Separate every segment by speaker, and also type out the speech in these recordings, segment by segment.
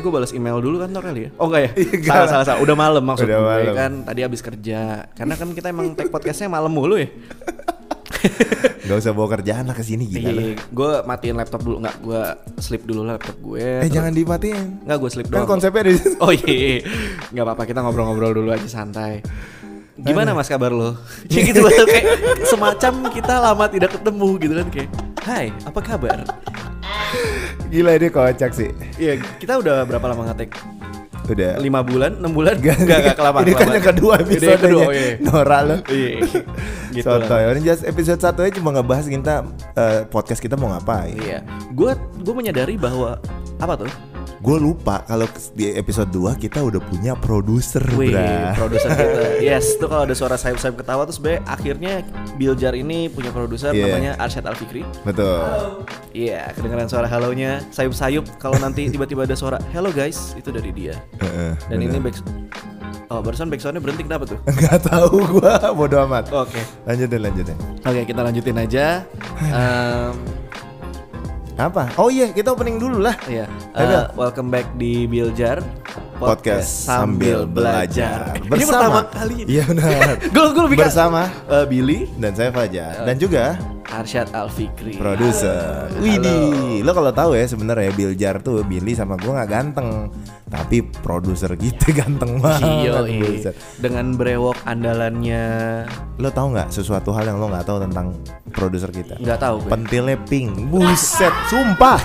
Speaker 1: gue Eh, balas email dulu kan Tor kali ya? Oh enggak ya? salah, salah, salah. Udah malam maksud
Speaker 2: Iya, Udah
Speaker 1: gue
Speaker 2: malam.
Speaker 1: kan tadi habis kerja. Karena kan kita emang tag podcastnya malam mulu ya.
Speaker 2: Gak usah bawa kerjaan lah ke sini gila lu.
Speaker 1: Iya, gue matiin laptop dulu nggak gue sleep dulu lah laptop gue.
Speaker 2: Eh jangan dimatiin.
Speaker 1: Nggak gue sleep
Speaker 2: Kan
Speaker 1: doang.
Speaker 2: konsepnya di
Speaker 1: Oh iya, nggak apa-apa kita ngobrol-ngobrol dulu aja santai. Gimana mas kabar lo? Ya gitu banget, kayak semacam kita lama tidak ketemu gitu kan kayak. Hai, apa kabar?
Speaker 2: Gila dia kocak sih.
Speaker 1: Iya, kita udah berapa lama ngetek?
Speaker 2: Udah.
Speaker 1: Lima bulan, enam bulan?
Speaker 2: Gak,
Speaker 1: Enggak, enggak kelamaan.
Speaker 2: Iya. Ini kan yang kedua
Speaker 1: episode
Speaker 2: episode
Speaker 1: kedua, iya.
Speaker 2: Nora lo.
Speaker 1: Iya, gitu lah.
Speaker 2: Sotoy. Orang just episode satu aja cuma ngebahas kita eh, podcast kita mau ngapain.
Speaker 1: Iya, gue gue menyadari bahwa apa tuh?
Speaker 2: Gue lupa kalau di episode 2 kita udah punya produser,
Speaker 1: Wih,
Speaker 2: bra.
Speaker 1: produser kita. Yes, tuh kalau ada suara sayap-sayap ketawa terus be akhirnya Biljar ini punya produser
Speaker 2: Iya.
Speaker 1: namanya Arsyad Alfikri.
Speaker 2: Betul.
Speaker 1: Iya, kedengeran suara halonya sayup-sayup kalau nanti tiba-tiba ada suara hello guys itu dari dia.
Speaker 2: Heeh,
Speaker 1: Dan ini back Oh, barusan backsoundnya berhenti kenapa tuh?
Speaker 2: Gak tahu gue, bodo amat.
Speaker 1: Oke.
Speaker 2: Lanjut deh, lanjut deh.
Speaker 1: Oke, kita lanjutin aja. Em,
Speaker 2: Apa? Oh iya, kita opening dulu lah.
Speaker 1: iya.
Speaker 2: Ayo,
Speaker 1: Eh, welcome back di Biljar
Speaker 2: Podcast sambil belajar.
Speaker 1: Ini pertama kali ini.
Speaker 2: Iya benar.
Speaker 1: Gue gue lebih Bersama
Speaker 2: Bersama
Speaker 1: Eh, Billy
Speaker 2: dan saya
Speaker 1: Ya.
Speaker 2: Fajar dan juga
Speaker 1: Arsyad Alfikri.
Speaker 2: produser. Widih, lo kalau tahu ya sebenarnya Biljar tuh Billy sama gua nggak ganteng, tapi produser gitu ganteng banget.
Speaker 1: Yoi.
Speaker 2: produser.
Speaker 1: iya. dengan brewok andalannya
Speaker 2: Lo tahu nggak sesuatu hal yang lo nggak tahu tentang produser kita?
Speaker 1: nggak tahu gue.
Speaker 2: Pentilnya pink, buset, sumpah,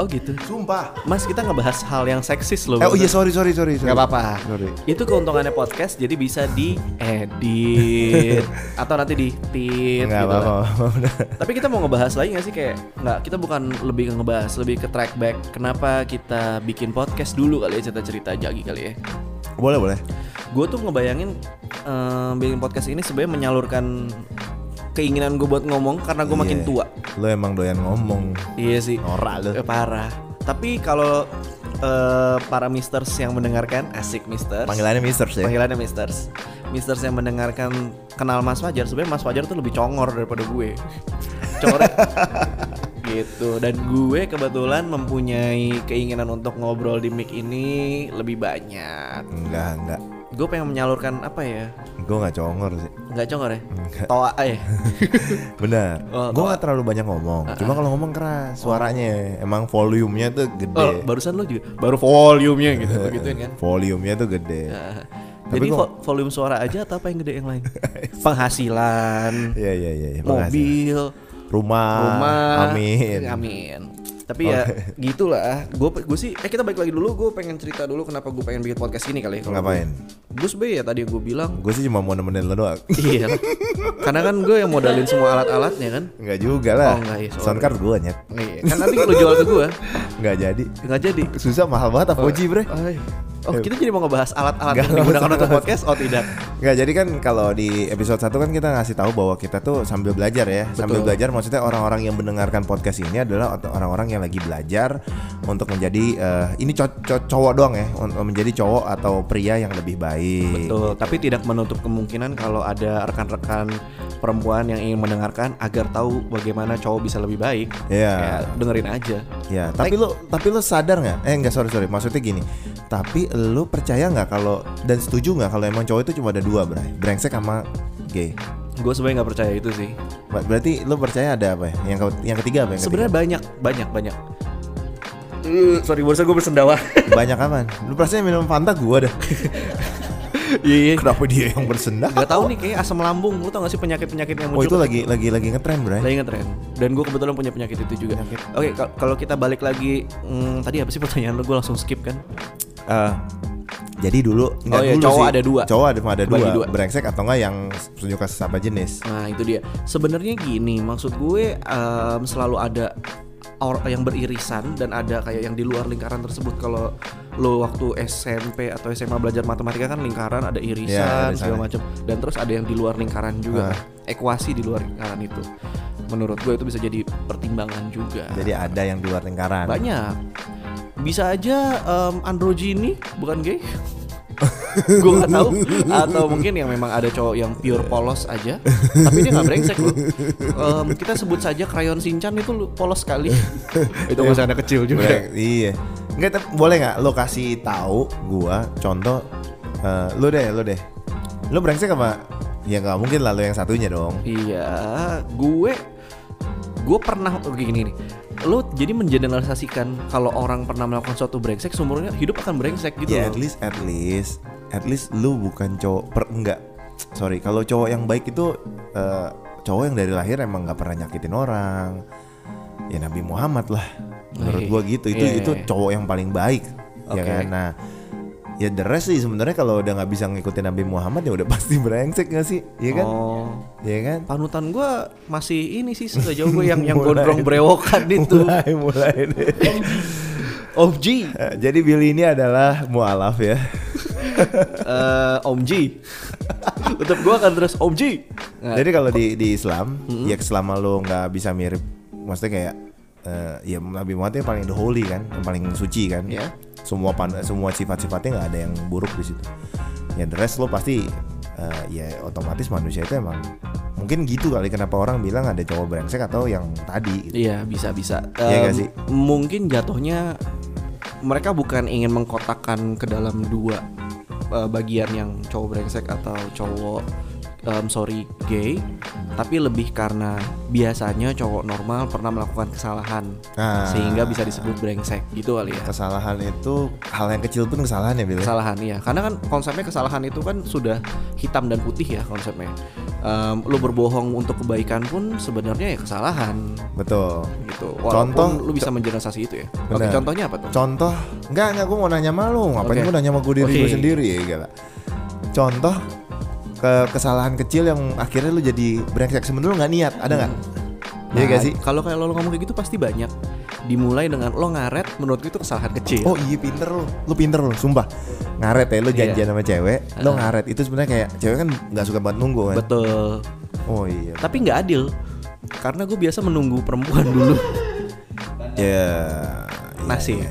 Speaker 1: Oh gitu.
Speaker 2: sumpah.
Speaker 1: Mas kita ngebahas hal yang seksis loh.
Speaker 2: Eh, oh iya
Speaker 1: bener.
Speaker 2: sorry sorry sorry. sorry.
Speaker 1: Nggak apa-apa.
Speaker 2: Sorry.
Speaker 1: Itu keuntungannya podcast jadi bisa diedit atau nanti di tit gitu
Speaker 2: Nggak apa-apa.
Speaker 1: lah. Tapi kita mau ngebahas lagi gak sih kayak nggak kita bukan lebih ke ngebahas lebih ke track back kenapa kita bikin podcast dulu kali ya cerita cerita jagi kali ya.
Speaker 2: boleh boleh.
Speaker 1: Gue tuh ngebayangin eh, bikin podcast ini sebenarnya menyalurkan keinginan gue buat ngomong karena gue makin
Speaker 2: Iya.
Speaker 1: tua.
Speaker 2: Lo emang doyan ngomong,
Speaker 1: Iya sih.
Speaker 2: norak lo.
Speaker 1: Eh, parah. Tapi kalau eh, para misters yang mendengarkan, asik misters.
Speaker 2: Panggilannya Mister ya.
Speaker 1: Panggilannya misters. Misters yang mendengarkan kenal Mas Fajar, sebenarnya Mas Fajar tuh lebih congor daripada gue. Congor gitu. Dan gue kebetulan mempunyai keinginan untuk ngobrol di mic ini lebih banyak.
Speaker 2: Enggak enggak.
Speaker 1: Gue pengen menyalurkan apa ya?
Speaker 2: Gue nggak congor sih.
Speaker 1: Nggak congor ya? Toa ya.
Speaker 2: Benar.
Speaker 1: Oh, Ah,
Speaker 2: gue nggak terlalu banyak ngomong. Cuma kalau ngomong keras suaranya. Emang volumenya tuh
Speaker 1: Oh,
Speaker 2: gede.
Speaker 1: barusan lo juga baru volumenya gitu, begituin kan?
Speaker 2: Volumenya tuh gede.
Speaker 1: Nah,
Speaker 2: Iya. Tapi
Speaker 1: Jadi
Speaker 2: gua-
Speaker 1: vo- volume suara aja atau apa yang gede yang lain? Penghasilan,
Speaker 2: Iya iya iya. iya. Makasih.
Speaker 1: mobil,
Speaker 2: Rumah.
Speaker 1: rumah.
Speaker 2: Ah, Amin.
Speaker 1: Amin. Tapi ya gitulah. Gue gue sih eh kita balik lagi dulu. Gue pengen cerita dulu kenapa gue pengen bikin podcast ini kali. ya, kalau
Speaker 2: Ngapain?
Speaker 1: gua. Gue sebenernya ya tadi gue bilang
Speaker 2: Gue sih cuma mau nemenin lo doang.
Speaker 1: iya. Karena kan gue yang modalin semua alat-alatnya kan.
Speaker 2: Enggak juga lah.
Speaker 1: Oh, nggak, iya, sorry.
Speaker 2: Soundcard gue nyet.
Speaker 1: Iya. Kan nanti kalau jual ke gue
Speaker 2: Enggak jadi.
Speaker 1: nggak jadi.
Speaker 2: Susah mahal banget Apoji bre.
Speaker 1: Ay. Oh kita jadi mau ngebahas alat-alat yang
Speaker 2: Nggak, nggak
Speaker 1: digunakan
Speaker 2: usah,
Speaker 1: untuk
Speaker 2: nggak
Speaker 1: podcast? Oh tidak.
Speaker 2: Nggak jadi kan kalau di episode 1 kan kita ngasih tahu bahwa kita tuh sambil belajar ya. Sambil belajar maksudnya orang-orang yang mendengarkan podcast ini adalah ot- orang-orang yang lagi belajar untuk menjadi eh, ini co- co- cowok doang ya, un- menjadi cowok atau pria yang lebih baik.
Speaker 1: Betul, tapi tidak menutup kemungkinan kalau ada rekan-rekan perempuan yang ingin mendengarkan agar tahu bagaimana cowok bisa lebih baik.
Speaker 2: Iya.
Speaker 1: Ya, dengerin aja.
Speaker 2: Ya, tapi lu tapi lu sadar nggak? Eh nggak sorry sorry, maksudnya gini. Tapi lu percaya nggak kalau dan setuju nggak kalau emang cowok itu cuma ada dua bray, brengsek sama gay.
Speaker 1: Gue sebenarnya nggak percaya itu sih.
Speaker 2: Ber- Berarti lu percaya ada apa ya? Yang ke- yang ketiga apa yang ketiga?
Speaker 1: Sebenarnya banyak, banyak, banyak.
Speaker 2: Eh,
Speaker 1: sorry, barusan gue bersendawa.
Speaker 2: Banyak apaan? Lu perasaan minum Fanta gua dah.
Speaker 1: Iya, iya.
Speaker 2: Kenapa dia yang bersendak?
Speaker 1: Gak tau nih kayak asam lambung, lu tau gak sih penyakit-penyakit yang
Speaker 2: Oh
Speaker 1: muncul?
Speaker 2: itu lagi lagi lagi ngetren bro.
Speaker 1: lagi ngetren. Dan gue kebetulan punya penyakit itu juga.
Speaker 2: Penyakit.
Speaker 1: Oke, kal- kalau kita balik lagi, hmm, tadi apa sih pertanyaan lu? Gue langsung skip kan?
Speaker 2: Eh, jadi dulu nggak
Speaker 1: Oh iya,
Speaker 2: dulu
Speaker 1: cowok
Speaker 2: sih.
Speaker 1: ada dua.
Speaker 2: Cowok ada ada
Speaker 1: Bagi dua.
Speaker 2: dua. Brengsek atau enggak yang suka sesama jenis.
Speaker 1: Nah itu dia. Sebenarnya gini, maksud gue em, selalu ada orang yang beririsan dan ada kayak yang di luar lingkaran tersebut. Kalau lo waktu SMP atau SMA belajar matematika kan lingkaran ada
Speaker 2: Iya,
Speaker 1: irisan
Speaker 2: irisan. Ah.
Speaker 1: segala macam. Dan terus ada yang di luar lingkaran juga, kan. ekuasi di luar lingkaran itu. Menurut gue itu bisa jadi pertimbangan juga.
Speaker 2: Jadi ada yang di luar lingkaran.
Speaker 1: Banyak. Bisa aja em, androgini bukan gay. gue gak tahu atau mungkin yang memang ada cowok yang pure polos aja tapi dia gak brengsek loh Em,
Speaker 2: Iya.
Speaker 1: kita sebut saja krayon sinchan itu lu- polos sekali itu masih anak kecil juga
Speaker 2: Breng- iya. Nggak, tapi boleh nggak lo kasih tahu gua contoh eh, lo deh, lo deh. Lo brengsek sama ya nggak mungkin lah lo yang satunya dong.
Speaker 1: Iya, gue gue pernah oh, gini nih. Lo jadi mengeneralisasikan kalau orang pernah melakukan suatu brengsek, seumurnya hidup akan brengsek gitu
Speaker 2: Ya
Speaker 1: loh.
Speaker 2: at least at least at least lu bukan cowok per enggak. Sorry, kalau cowok yang baik itu eh, cowok yang dari lahir emang nggak pernah nyakitin orang. Ya Nabi Muhammad lah. Menurut gua gitu. Itu
Speaker 1: Iya, iya,
Speaker 2: itu
Speaker 1: iya.
Speaker 2: cowok yang paling baik. Ya
Speaker 1: Oke.
Speaker 2: kan? Nah, ya the rest sih sebenarnya kalau udah nggak bisa ngikutin Nabi Muhammad ya udah pasti brengsek gak sih? Iya kan?
Speaker 1: Oh.
Speaker 2: Iya kan?
Speaker 1: Panutan gue masih ini sih sejauh jauh gue yang yang gondrong brewokan itu.
Speaker 2: Mulai mulai deh.
Speaker 1: Om G,
Speaker 2: Eh, Jadi Billy ini adalah mualaf ya.
Speaker 1: Eh, Om G. Tetap gue akan terus Om G. Nah,
Speaker 2: Jadi kalau di di Islam, ya selama lo nggak bisa mirip, maksudnya kayak eh, ya Nabi Muhammad yang paling the holy kan, yang paling suci kan.
Speaker 1: Iya.
Speaker 2: Semua pan, semua sifat-sifatnya nggak ada yang buruk di situ. Ya the rest lo pasti eh, ya otomatis manusia itu emang mungkin gitu kali kenapa orang bilang ada cowok brengsek atau yang tadi gitu.
Speaker 1: Iya bisa bisa.
Speaker 2: Iya nggak
Speaker 1: Em,
Speaker 2: sih?
Speaker 1: Mungkin jatuhnya mereka bukan ingin mengkotakkan ke dalam dua eh, bagian yang cowok brengsek atau cowok em, sorry gay, tapi lebih karena biasanya cowok normal pernah melakukan kesalahan
Speaker 2: Ah.
Speaker 1: sehingga bisa disebut brengsek gitu kali ya.
Speaker 2: Kesalahan itu hal yang kecil pun kesalahan ya Billy.
Speaker 1: Kesalahan iya, karena kan konsepnya kesalahan itu kan sudah hitam dan putih ya konsepnya. Em, lu berbohong untuk kebaikan pun sebenarnya ya kesalahan
Speaker 2: Betul.
Speaker 1: gitu. Walaupun
Speaker 2: Contoh-
Speaker 1: lu bisa menjelasasi itu ya. Oke,
Speaker 2: Benar.
Speaker 1: contohnya apa tuh?
Speaker 2: Contoh, enggak enggak gue mau nanya sama lu, ngapain
Speaker 1: Oke.
Speaker 2: gue nanya sama gue diri gue
Speaker 1: Oke.
Speaker 2: sendiri ya gila. Contoh ke kesalahan kecil yang akhirnya lu jadi brengsek sebenarnya lu nggak niat, ada nggak? Iya gak
Speaker 1: Nah,
Speaker 2: sih?
Speaker 1: Kalau kayak lo ngomong kayak gitu pasti banyak. Dimulai dengan lo ngaret, menurut gue itu kesalahan kecil.
Speaker 2: Oh iya pinter lu, lu pinter lu, sumpah Ngaret ya,
Speaker 1: Iya.
Speaker 2: lu janjian sama cewek, lu ngaret Itu sebenarnya kayak, cewek kan nggak suka banget nunggu kan
Speaker 1: Betul.
Speaker 2: Oh iya
Speaker 1: Tapi nggak adil. Karena gue biasa menunggu perempuan dulu.
Speaker 2: Iya, Ya
Speaker 1: Nasib.
Speaker 2: iya,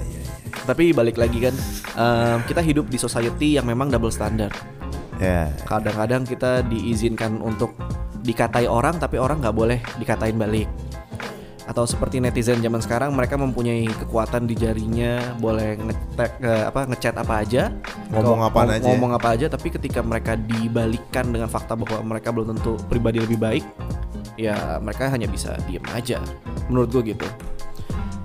Speaker 1: Tapi balik lagi kan, em, kita hidup di society yang memang double standard.
Speaker 2: Ya
Speaker 1: Kadang-kadang kita diizinkan untuk dikatai orang, tapi orang nggak boleh dikatain balik. Atau seperti netizen zaman sekarang, mereka mempunyai kekuatan di jarinya, boleh ngetek eh, apa ngechat apa aja,
Speaker 2: Ngomong
Speaker 1: Kalau
Speaker 2: apaan
Speaker 1: ngom-
Speaker 2: aja. ya?
Speaker 1: ngomong apa aja. Tapi ketika mereka dibalikkan dengan fakta bahwa mereka belum tentu pribadi lebih baik, ya mereka hanya bisa diem aja. Menurut gue gitu.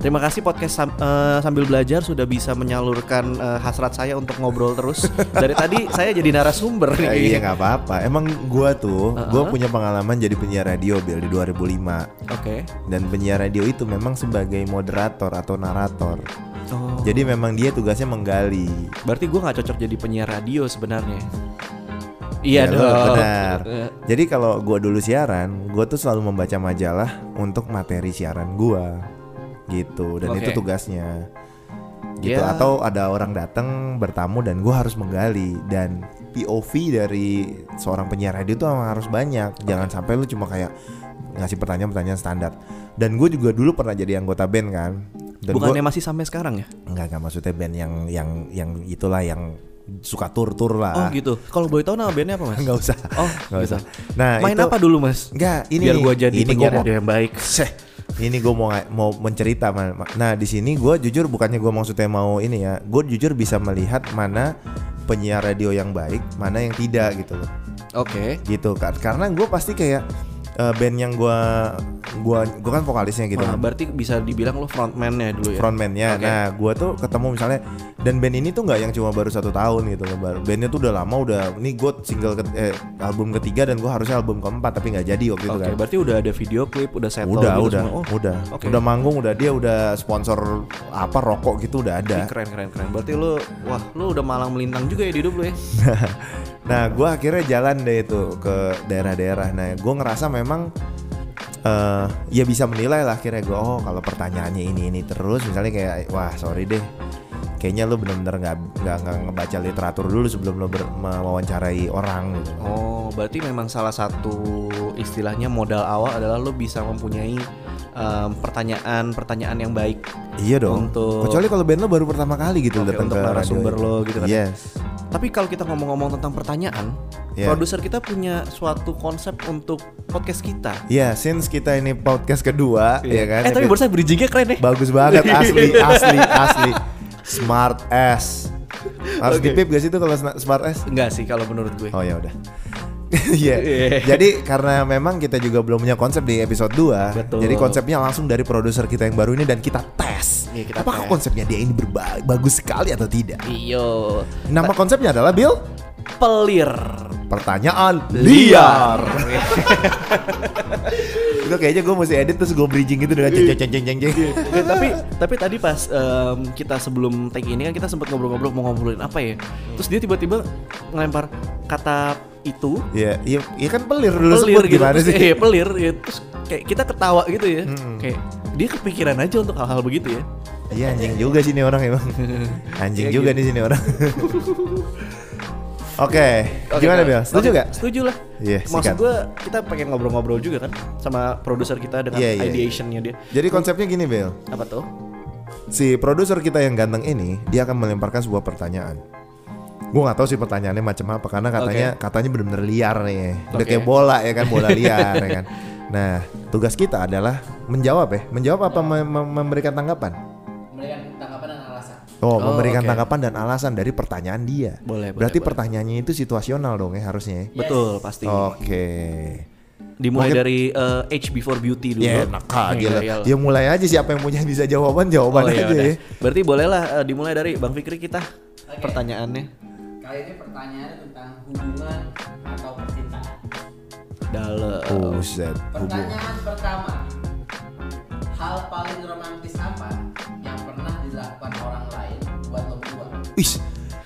Speaker 1: Terima kasih podcast Sam- eh, sambil belajar sudah bisa menyalurkan eh, hasrat saya untuk ngobrol terus. Dari tadi saya jadi narasumber
Speaker 2: Ya,
Speaker 1: nih.
Speaker 2: iya nggak apa-apa. Emang gua tuh, gua punya pengalaman jadi penyiar radio Bill di 2005.
Speaker 1: Oke.
Speaker 2: dan penyiar radio itu memang sebagai moderator atau narator.
Speaker 1: Oh.
Speaker 2: Jadi memang dia tugasnya menggali.
Speaker 1: Berarti gue nggak cocok jadi penyiar radio sebenarnya. Iya
Speaker 2: Ya,
Speaker 1: dong.
Speaker 2: lo Benar.
Speaker 1: Eh,
Speaker 2: Jadi kalau gua dulu siaran, gua tuh selalu membaca majalah untuk materi siaran gua. Gitu dan
Speaker 1: Oke.
Speaker 2: itu tugasnya. Gitu
Speaker 1: Ya.
Speaker 2: atau ada orang datang bertamu dan gua harus menggali dan POV dari seorang penyiar radio itu emang harus banyak. Jangan sampai lu cuma kayak ngasih pertanyaan-pertanyaan standar. Dan gue juga dulu pernah jadi anggota band kan. Dan gua-
Speaker 1: Bukannya masih sampai sekarang ya?
Speaker 2: Enggak enggak maksudnya band yang yang yang itulah yang suka tur-tur
Speaker 1: Oh
Speaker 2: lah.
Speaker 1: gitu. Kalau boleh tahu nama bandnya apa mas?
Speaker 2: Enggak Ah. usah.
Speaker 1: Oh
Speaker 2: Enggak
Speaker 1: gitu.
Speaker 2: usah. Nah,
Speaker 1: Main
Speaker 2: itu-
Speaker 1: apa dulu mas?
Speaker 2: Enggak, ini
Speaker 1: Biar gue jadi
Speaker 2: ini
Speaker 1: penyiar
Speaker 2: gua mau-
Speaker 1: radio yang baik.
Speaker 2: Seh. Ini gue mau mau mencerita Man. Nah, di sini gue jujur bukannya gue maksudnya mau ini ya. Gue jujur bisa melihat mana penyiar radio yang baik, mana yang tidak gitu loh.
Speaker 1: Oke.
Speaker 2: Gitu kan. Karena gue pasti kayak eh, band yang gue gua gua kan vokalisnya gitu.
Speaker 1: Wah,
Speaker 2: kan.
Speaker 1: berarti bisa dibilang lo frontman-nya dulu ya?
Speaker 2: frontman-nya.
Speaker 1: Oke.
Speaker 2: Nah, gua tuh ketemu misalnya dan band ini tuh nggak yang cuma baru satu tahun gitu loh. Baru- Bandnya tuh udah lama, udah ini gue single ke- eh, album ketiga dan gua harusnya album keempat tapi nggak jadi waktu itu
Speaker 1: Oke,
Speaker 2: kan.
Speaker 1: berarti udah ada video klip, gitu udah settle
Speaker 2: Udah,
Speaker 1: gitu
Speaker 2: udah,
Speaker 1: semua. Oh,
Speaker 2: udah,
Speaker 1: oke.
Speaker 2: udah manggung, udah dia udah sponsor apa rokok gitu udah
Speaker 1: ih,
Speaker 2: ada.
Speaker 1: keren keren keren. Berarti lo, wah, lo udah malang melintang juga ya di hidup lo ya?
Speaker 2: nah, gua akhirnya jalan deh itu ke daerah-daerah. Nah, gua ngerasa memang eh ya bisa menilai lah akhirnya gue oh kalau pertanyaannya ini ini terus misalnya kayak wah sorry deh kayaknya lu bener-bener nggak nggak nggak ngebaca literatur dulu sebelum lu ber- mewawancarai orang gitu.
Speaker 1: Oh, berarti memang salah satu istilahnya modal awal adalah lo bisa mempunyai em, pertanyaan-pertanyaan yang baik
Speaker 2: iya dong
Speaker 1: Untuk-
Speaker 2: kecuali kalau band lu baru pertama kali gitu
Speaker 1: Oke,
Speaker 2: datang
Speaker 1: untuk
Speaker 2: ke radio
Speaker 1: narasumber
Speaker 2: ini.
Speaker 1: lo gitu kan.
Speaker 2: yes
Speaker 1: Tapi kalau kita ngomong-ngomong tentang pertanyaan,
Speaker 2: Iya.
Speaker 1: produser kita punya suatu konsep untuk podcast kita.
Speaker 2: ya since kita ini podcast kedua ya kan
Speaker 1: eh tapi
Speaker 2: epi-
Speaker 1: barusan bridgingnya keren deh.
Speaker 2: bagus banget asli asli asli smart ass. Harus
Speaker 1: Oke.
Speaker 2: dipip gak sih itu kalau sna- smart ass?
Speaker 1: Enggak sih kalau menurut gue.
Speaker 2: Oh ya udah. Iya.
Speaker 1: Iya.
Speaker 2: Jadi karena memang kita juga belum punya konsep di episode 2.
Speaker 1: Betul.
Speaker 2: Jadi konsepnya langsung dari produser kita yang baru ini dan kita tes.
Speaker 1: Iya, kita
Speaker 2: Apakah
Speaker 1: tes.
Speaker 2: konsepnya dia ini berba- bagus sekali atau tidak?
Speaker 1: Iyo.
Speaker 2: Nama konsepnya adalah Bill.
Speaker 1: Pelir.
Speaker 2: Pertanyaan liar. Itu kayaknya gue mesti edit terus gue bridging gitu
Speaker 1: Iya.
Speaker 2: dengan ceng ceng ceng ceng ceng.
Speaker 1: Eh, tapi tapi tadi pas em, kita sebelum tag ini kan kita sempat ngobrol-ngobrol mau ngobrolin apa ya. Terus dia tiba-tiba ngelempar kata itu
Speaker 2: Iya, iya, iya kan pelir dulu
Speaker 1: pelir
Speaker 2: sebut
Speaker 1: gitu.
Speaker 2: gimana
Speaker 1: Terus,
Speaker 2: sih? Hmm.
Speaker 1: eh, pelir ya. Terus kayak kita ketawa gitu ya. Kayak dia kepikiran aja untuk hal-hal begitu ya.
Speaker 2: Iya anjing juga sih nih orang emang. Anjing
Speaker 1: Iya,
Speaker 2: juga
Speaker 1: gitu.
Speaker 2: nih sini orang. Oke,
Speaker 1: Oke, nah,
Speaker 2: gimana Bill? Setuju
Speaker 1: oke,
Speaker 2: gak?
Speaker 1: Setuju lah.
Speaker 2: Iya,
Speaker 1: Maksud
Speaker 2: sikat.
Speaker 1: gue kita pengen ngobrol-ngobrol juga kan sama produser kita dengan
Speaker 2: Iya, iya, iya.
Speaker 1: ideationnya dia.
Speaker 2: Jadi konsepnya gini Bill,
Speaker 1: Apa tuh?
Speaker 2: si produser kita yang ganteng ini dia akan melemparkan sebuah pertanyaan. Gue gak tahu sih pertanyaannya macam apa karena katanya katanya bener-bener liar nih, udah
Speaker 1: Oke.
Speaker 2: kayak bola ya kan, bola liar ya kan. Nah, tugas kita adalah menjawab ya, menjawab apa mem- mem- memberikan tanggapan.
Speaker 3: Memberikan tanggapan dan alasan.
Speaker 2: Oh,
Speaker 1: Oh,
Speaker 2: memberikan
Speaker 1: oke.
Speaker 2: tanggapan dan alasan dari pertanyaan dia.
Speaker 1: Boleh, boleh,
Speaker 2: Berarti
Speaker 1: boleh.
Speaker 2: pertanyaannya itu situasional dong ya harusnya. ya?
Speaker 1: Betul pasti.
Speaker 2: Oke.
Speaker 1: Dimulai
Speaker 2: Mungkin-
Speaker 1: dari eh, Age Before Beauty dulu.
Speaker 2: Ya enak ah, gila.
Speaker 1: Iya, iya.
Speaker 2: Ya mulai aja siapa yang punya bisa jawaban
Speaker 1: Oh,
Speaker 2: jawaban
Speaker 1: iya,
Speaker 2: aja
Speaker 1: udah.
Speaker 2: ya.
Speaker 1: Berarti bolehlah eh, dimulai dari Bang Fikri kita
Speaker 3: Oke.
Speaker 1: pertanyaannya
Speaker 3: Kali ini pertanyaannya tentang hubungan atau percintaan.
Speaker 1: dalam
Speaker 2: Buset, hubung.
Speaker 3: Pertanyaan pertama. Hal paling romantis apa yang pernah dilakukan orang lain buat lo berdua?
Speaker 2: Wis.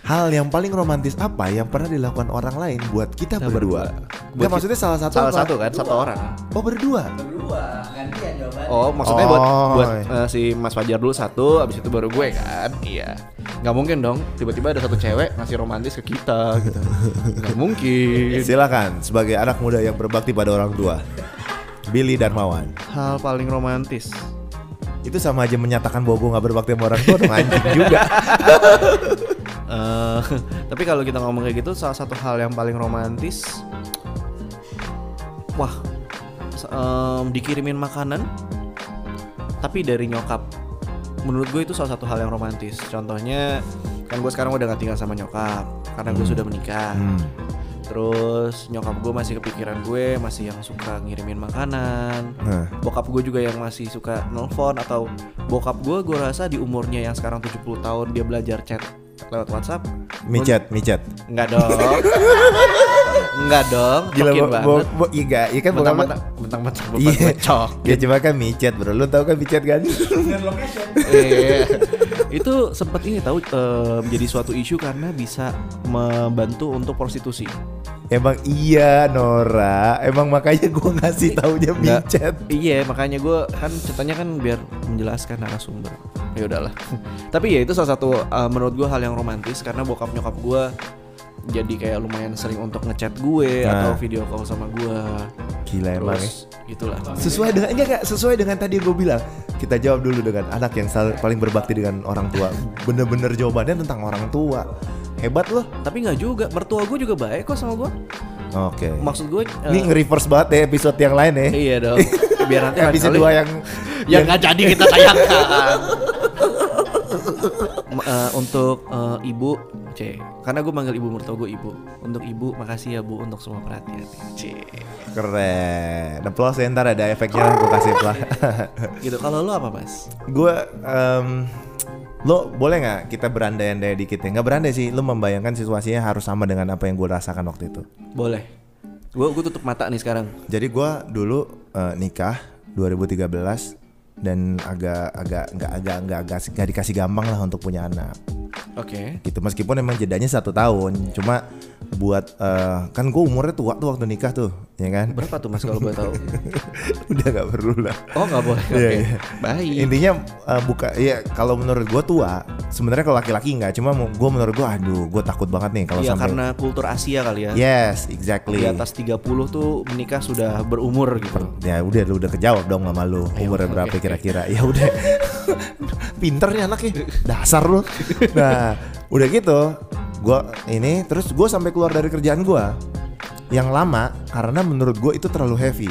Speaker 2: Hal yang paling romantis apa yang pernah dilakukan orang lain buat kita
Speaker 1: Kita
Speaker 2: berdua?
Speaker 1: berdua.
Speaker 2: Nggak,
Speaker 1: Buat
Speaker 2: maksudnya salah satu
Speaker 1: salah
Speaker 2: apa?
Speaker 1: satu kan satu orang.
Speaker 2: Oh berdua.
Speaker 3: Berdua, gantian jawabannya.
Speaker 1: Oh, maksudnya
Speaker 2: Oh.
Speaker 1: buat buat eh, si Mas Fajar dulu satu, abis itu baru gue kan. Iya. Gak mungkin dong, tiba-tiba ada satu cewek ngasih romantis ke kita gitu. Gak mungkin.
Speaker 2: Silakan sebagai anak muda yang berbakti pada orang tua. Billy Darmawan.
Speaker 1: Hal paling romantis.
Speaker 2: Itu sama aja menyatakan bahwa gue gak berbakti sama orang tua dong anjing juga.
Speaker 1: Eh, tapi kalau kita ngomong kayak gitu, salah satu hal yang paling romantis, wah, s- em, dikirimin makanan, tapi dari nyokap. Menurut gue itu salah satu hal yang romantis. Contohnya, kan gue sekarang udah gak tinggal sama nyokap karena gue sudah menikah.
Speaker 2: Hmm.
Speaker 1: Terus nyokap gue masih kepikiran gue, masih yang suka ngirimin makanan.
Speaker 2: Nah.
Speaker 1: Bokap gue juga yang masih suka nelfon atau bokap gue gue rasa di umurnya yang sekarang 70 tahun dia belajar chat lewat WhatsApp.
Speaker 2: Micet, micet.
Speaker 1: Enggak dong. Enggak dong.
Speaker 2: Gila,
Speaker 1: Cokin
Speaker 2: bo, bo,
Speaker 1: banget.
Speaker 2: bo, iya, ga- iya kan bokap-
Speaker 1: Mentang-mentang mentang-mentang bapak
Speaker 2: Iya.
Speaker 1: gue cok.
Speaker 2: Ya cuma kan micet bro, lu tau kan micet kan?
Speaker 3: Dengan location.
Speaker 1: Iya. Itu sempat ini tahu eh, menjadi suatu isu karena bisa membantu untuk prostitusi.
Speaker 2: emang iya Nora, emang makanya gua ngasih taunya
Speaker 1: Nggak.
Speaker 2: micet.
Speaker 1: Iya makanya gue kan ceritanya kan biar menjelaskan narasumber. Ya udahlah. Tapi ya itu salah satu uh, menurut gue hal yang romantis karena bokap nyokap gue jadi kayak lumayan sering untuk ngechat gue atau
Speaker 2: Nah.
Speaker 1: video call sama gue.
Speaker 2: Gila emang ya.
Speaker 1: Terus gitulah.
Speaker 2: Sesuai dengan enggak enggak sesuai dengan tadi gue bilang. Kita jawab dulu dengan anak yang sal- paling berbakti dengan orang tua. Bener-bener jawabannya tentang orang tua. Hebat loh.
Speaker 1: Tapi nggak juga mertua gue juga baik kok sama gue.
Speaker 2: Oke.
Speaker 1: Maksud gue. uh,
Speaker 2: Ini nge-reverse banget ya episode yang lain ya.
Speaker 1: iya dong. Biar nanti lain
Speaker 2: episode
Speaker 1: kali-
Speaker 2: 2 yang
Speaker 1: yang nggak jadi kita tayangkan. Ma- eh, untuk eh, ibu, C. Karena gue manggil ibu mertua gue ibu. Untuk ibu, makasih ya bu untuk semua perhatian. C.
Speaker 2: keren. Applause ya, ntar ada efeknya gue kasih lah.
Speaker 1: Gitu. Kalau lu apa mas?
Speaker 2: gue lo boleh nggak kita berandai-andai dikit ya nggak berandai sih lo membayangkan situasinya harus sama dengan apa yang gue rasakan waktu itu
Speaker 1: Boleh. Gue gue tutup mata nih sekarang.
Speaker 2: jadi gue dulu eh, nikah 2013 dan agak agak nggak agak nggak agak nggak dikasih gampang lah untuk punya anak
Speaker 1: Oke.
Speaker 2: gitu meskipun emang jedanya satu tahun cuma buat eh, kan gue umurnya tua tuh waktu nikah tuh ya kan
Speaker 1: Berapa tuh mas kalau boleh tahu?
Speaker 2: udah nggak perlu lah
Speaker 1: Oh nggak boleh. Oke.
Speaker 2: Iya, iya.
Speaker 1: Baik.
Speaker 2: intinya eh, buka ya kalau menurut gue tua sebenarnya kalau laki-laki nggak cuma gue menurut gue aduh gue takut banget nih kalau
Speaker 1: Iya
Speaker 2: sampai Iya,
Speaker 1: karena kultur Asia kali ya.
Speaker 2: Yes, exactly.
Speaker 1: Di atas 30 tuh menikah sudah berumur gitu.
Speaker 2: Ya udah lu udah kejawab dong sama lu. Umurnya
Speaker 1: oke,
Speaker 2: berapa
Speaker 1: Iya, oke.
Speaker 2: kira-kira? Ya udah. Pinter nih anaknya. Dasar lu. Nah, udah gitu gua ini terus gua sampai keluar dari kerjaan gua yang lama karena menurut gua itu terlalu heavy.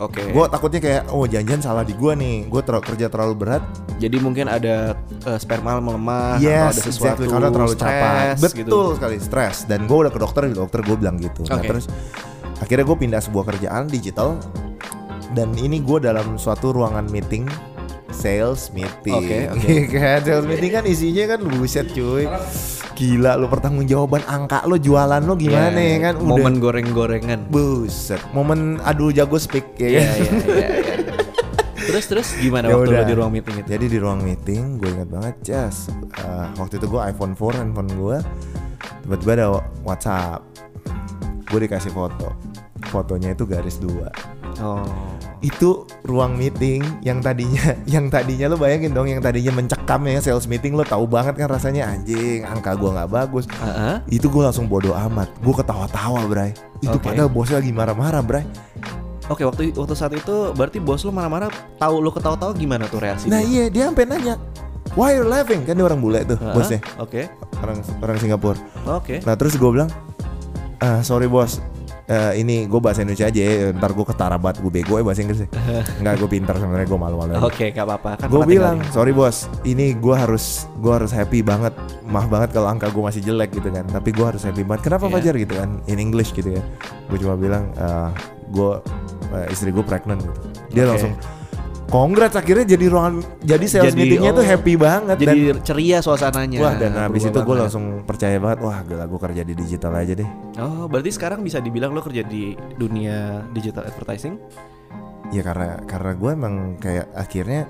Speaker 1: Oke.
Speaker 2: Gue takutnya kayak oh janjian salah di gue nih, gue kerja terlalu berat.
Speaker 1: Jadi mungkin ada eh, sperma melemah atau
Speaker 2: yes,
Speaker 1: ada sesuatu
Speaker 2: exactly, karena terlalu
Speaker 1: stres,
Speaker 2: capek.
Speaker 1: gitu.
Speaker 2: Betul sekali stres. Dan gue udah ke dokter, dokter gue bilang gitu. Nah
Speaker 1: Oke.
Speaker 2: terus akhirnya gue pindah sebuah kerjaan digital. Dan ini gue dalam suatu ruangan meeting sales meeting.
Speaker 1: Oke, oke.
Speaker 2: Kan, sales meeting kan isinya kan buset cuy. Gila lu pertanggungjawaban angka lu jualan lu gimana
Speaker 1: Ya,
Speaker 2: ya kan udah
Speaker 1: Momen goreng-gorengan.
Speaker 2: buset. Momen aduh jago speak
Speaker 1: Iya
Speaker 2: ya. kan?
Speaker 1: iya iya. iya. Terus terus gimana
Speaker 2: Ya
Speaker 1: waktu lu
Speaker 2: udah.
Speaker 1: di ruang meeting itu?
Speaker 2: Jadi di ruang meeting gue ingat banget Jas eh, Waktu itu gue iPhone 4 handphone gue Tiba-tiba ada Whatsapp Gue dikasih foto Fotonya itu garis dua
Speaker 1: Oh.
Speaker 2: itu ruang meeting yang tadinya yang tadinya lo bayangin dong yang tadinya mencekam ya sales meeting lo tahu banget kan rasanya anjing angka gua nggak bagus
Speaker 1: Heeh.
Speaker 2: itu gue langsung bodoh amat gue ketawa-tawa bray itu
Speaker 1: Oke.
Speaker 2: padahal bosnya lagi marah-marah bray
Speaker 1: Oke, waktu waktu saat itu berarti bos lu marah-marah tahu lu ketawa-tawa gimana tuh reaksi
Speaker 2: nah
Speaker 1: dia?
Speaker 2: iya dia sampai nanya why you laughing kan dia orang bule tuh
Speaker 1: Heeh,
Speaker 2: bosnya
Speaker 1: Oke.
Speaker 2: orang orang Singapura
Speaker 1: Oke.
Speaker 2: Nah terus gue bilang, "Ah, sorry bos, Eh, ini gue bahasa Indonesia aja ya, ntar gue ketara banget, gue bego ya bahasa Inggris ya. Enggak, gue pintar sebenarnya gue malu-malu aja.
Speaker 1: Oke, gak apa-apa. Kan pernah
Speaker 2: Gue Nah, bilang,
Speaker 1: tinggalin.
Speaker 2: sorry bos, ini gue harus gue harus happy banget, mah banget kalau angka gue masih jelek gitu kan. Tapi gue harus happy banget. Kenapa
Speaker 1: Iya.
Speaker 2: Fajar gitu kan? In English gitu ya. Gue cuma bilang, "Ah, gue eh, istri gue pregnant gitu. Dia
Speaker 1: Oke.
Speaker 2: langsung, congrats akhirnya jadi ruangan, jadi sales
Speaker 1: Jadi,
Speaker 2: meetingnya tuh
Speaker 1: oh,
Speaker 2: happy banget dan
Speaker 1: jadi ceria suasananya.
Speaker 2: Wah dan habis itu
Speaker 1: Berubah
Speaker 2: gue
Speaker 1: banget.
Speaker 2: langsung percaya banget Wah gila gue kerja di digital aja deh
Speaker 1: Oh, berarti sekarang bisa dibilang lo kerja di dunia digital advertising?
Speaker 2: Ya karena karena gue emang kayak akhirnya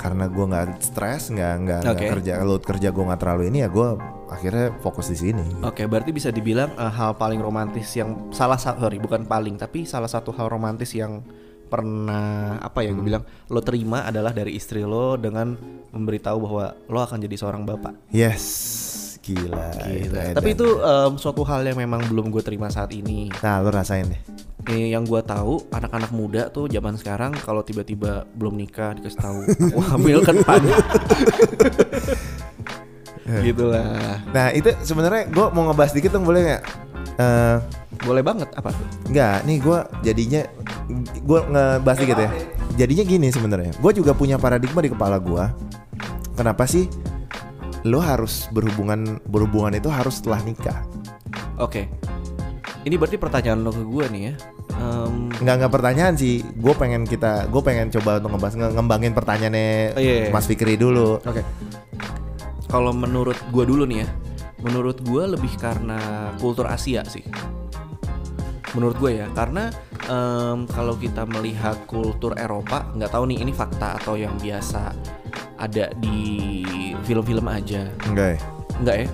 Speaker 2: Karena gue gak stres nggak nggak nggak
Speaker 1: Oke.
Speaker 2: kerja Load kerja gue gak terlalu ini ya gue akhirnya fokus di sini
Speaker 1: Oke, berarti bisa dibilang eh, hal paling romantis yang salah satu sorry, bukan paling tapi salah satu hal romantis yang pernah apa
Speaker 2: Hmm.
Speaker 1: ya gue bilang lo terima adalah dari istri lo dengan memberitahu bahwa lo akan jadi seorang bapak.
Speaker 2: Yes Gila,
Speaker 1: Gitu.
Speaker 2: edan.
Speaker 1: Tapi itu em, suatu hal yang memang belum gue terima saat ini.
Speaker 2: Nah lu rasain deh
Speaker 1: Eh, yang gue tahu anak-anak muda tuh zaman sekarang kalau tiba-tiba belum nikah dikasih tahu aku hamil kan panik. Gitulah.
Speaker 2: Nah itu sebenarnya gue mau ngebahas dikit dong boleh gak? Eh,
Speaker 1: Boleh banget apa tuh?
Speaker 2: Enggak, nih gue jadinya gue ngebahas dikit ya. Jadinya gini sebenarnya, gue juga punya paradigma di kepala gue. Kenapa sih lo harus berhubungan berhubungan itu harus setelah nikah?
Speaker 1: Oke. Ini berarti pertanyaan lo ke gue nih ya. Em,
Speaker 2: Enggak nggak pertanyaan sih, gue pengen kita gue pengen coba untuk ngebahas nge- ngembangin
Speaker 1: Oh,
Speaker 2: pertanyaannya
Speaker 1: iya, iya.
Speaker 2: Mas Fikri dulu.
Speaker 1: Oke. Kalau menurut gue dulu nih ya, menurut gue lebih karena kultur Asia sih. Menurut gue ya, karena em, kalau kita melihat kultur Eropa, nggak tahu nih ini fakta atau yang biasa ada di film-film aja,
Speaker 2: Enggak. ya?
Speaker 1: nggak ya?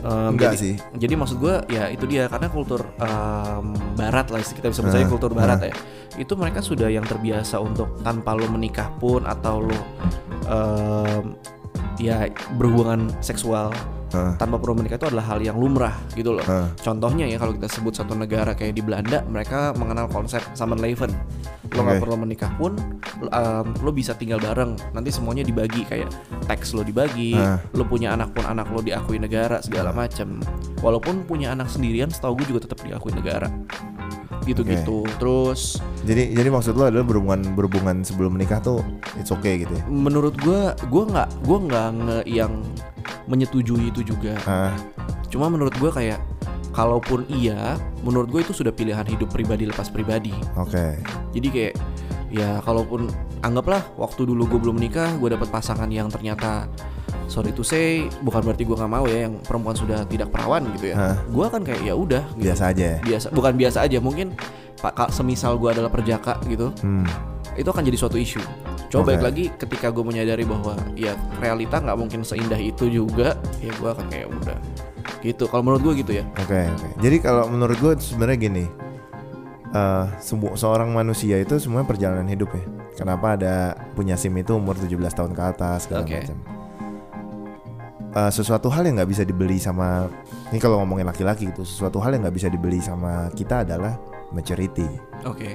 Speaker 1: Em,
Speaker 2: Nggak
Speaker 1: jadi-
Speaker 2: sih.
Speaker 1: Jadi maksud gue ya itu dia karena kultur em, Barat lah kita bisa sebut saja
Speaker 2: Ah,
Speaker 1: kultur Barat ya. Itu mereka sudah yang terbiasa untuk tanpa lo menikah pun atau lo em, ya berhubungan seksual
Speaker 2: Ah.
Speaker 1: tanpa perlu menikah itu adalah hal yang lumrah gitu loh.
Speaker 2: Ah.
Speaker 1: Contohnya ya kalau kita sebut satu negara kayak di Belanda mereka mengenal konsep Samenleven. Lo nggak
Speaker 2: Oke.
Speaker 1: perlu menikah pun lo, em, lo bisa tinggal bareng. Nanti semuanya dibagi kayak teks lo dibagi,
Speaker 2: Ah.
Speaker 1: lo punya anak pun anak lo diakui negara segala
Speaker 2: Nah.
Speaker 1: macem walaupun punya anak sendirian setahu gue juga tetap diakui negara gitu-gitu terus
Speaker 2: Jadi jadi maksud lo adalah berhubungan berhubungan sebelum menikah tuh it's okay gitu ya?
Speaker 1: menurut gue gue nggak gue nggak nge- yang menyetujui itu juga
Speaker 2: Ah,
Speaker 1: cuma menurut gue kayak kalaupun iya menurut gue itu sudah pilihan hidup pribadi lepas pribadi
Speaker 2: oke.
Speaker 1: jadi kayak ya kalaupun anggaplah waktu dulu gue belum menikah gue dapet pasangan yang ternyata sorry to say bukan berarti gue nggak mau ya yang perempuan sudah tidak perawan gitu
Speaker 2: Hah.
Speaker 1: ya gue akan kayak ya udah gitu.
Speaker 2: Biasa aja ya.
Speaker 1: biasa bukan biasa aja mungkin pak ka- semisal gue adalah perjaka gitu
Speaker 2: Hmm.
Speaker 1: itu akan jadi suatu isu coba
Speaker 2: Oke.
Speaker 1: balik lagi ketika gue menyadari bahwa ya realita nggak mungkin seindah itu juga ya gue akan kayak udah gitu kalau menurut gue gitu ya
Speaker 2: Oke, oke. Jadi kalau menurut gue sebenarnya gini, eh sembu- seorang manusia itu semuanya perjalanan hidup ya. Kenapa ada punya SIM itu umur 17 tahun ke atas segala
Speaker 1: Oke.
Speaker 2: macam. Eh, sesuatu hal yang nggak bisa dibeli sama ini kalau ngomongin laki-laki gitu, sesuatu hal yang nggak bisa dibeli sama kita adalah maturity.
Speaker 1: oke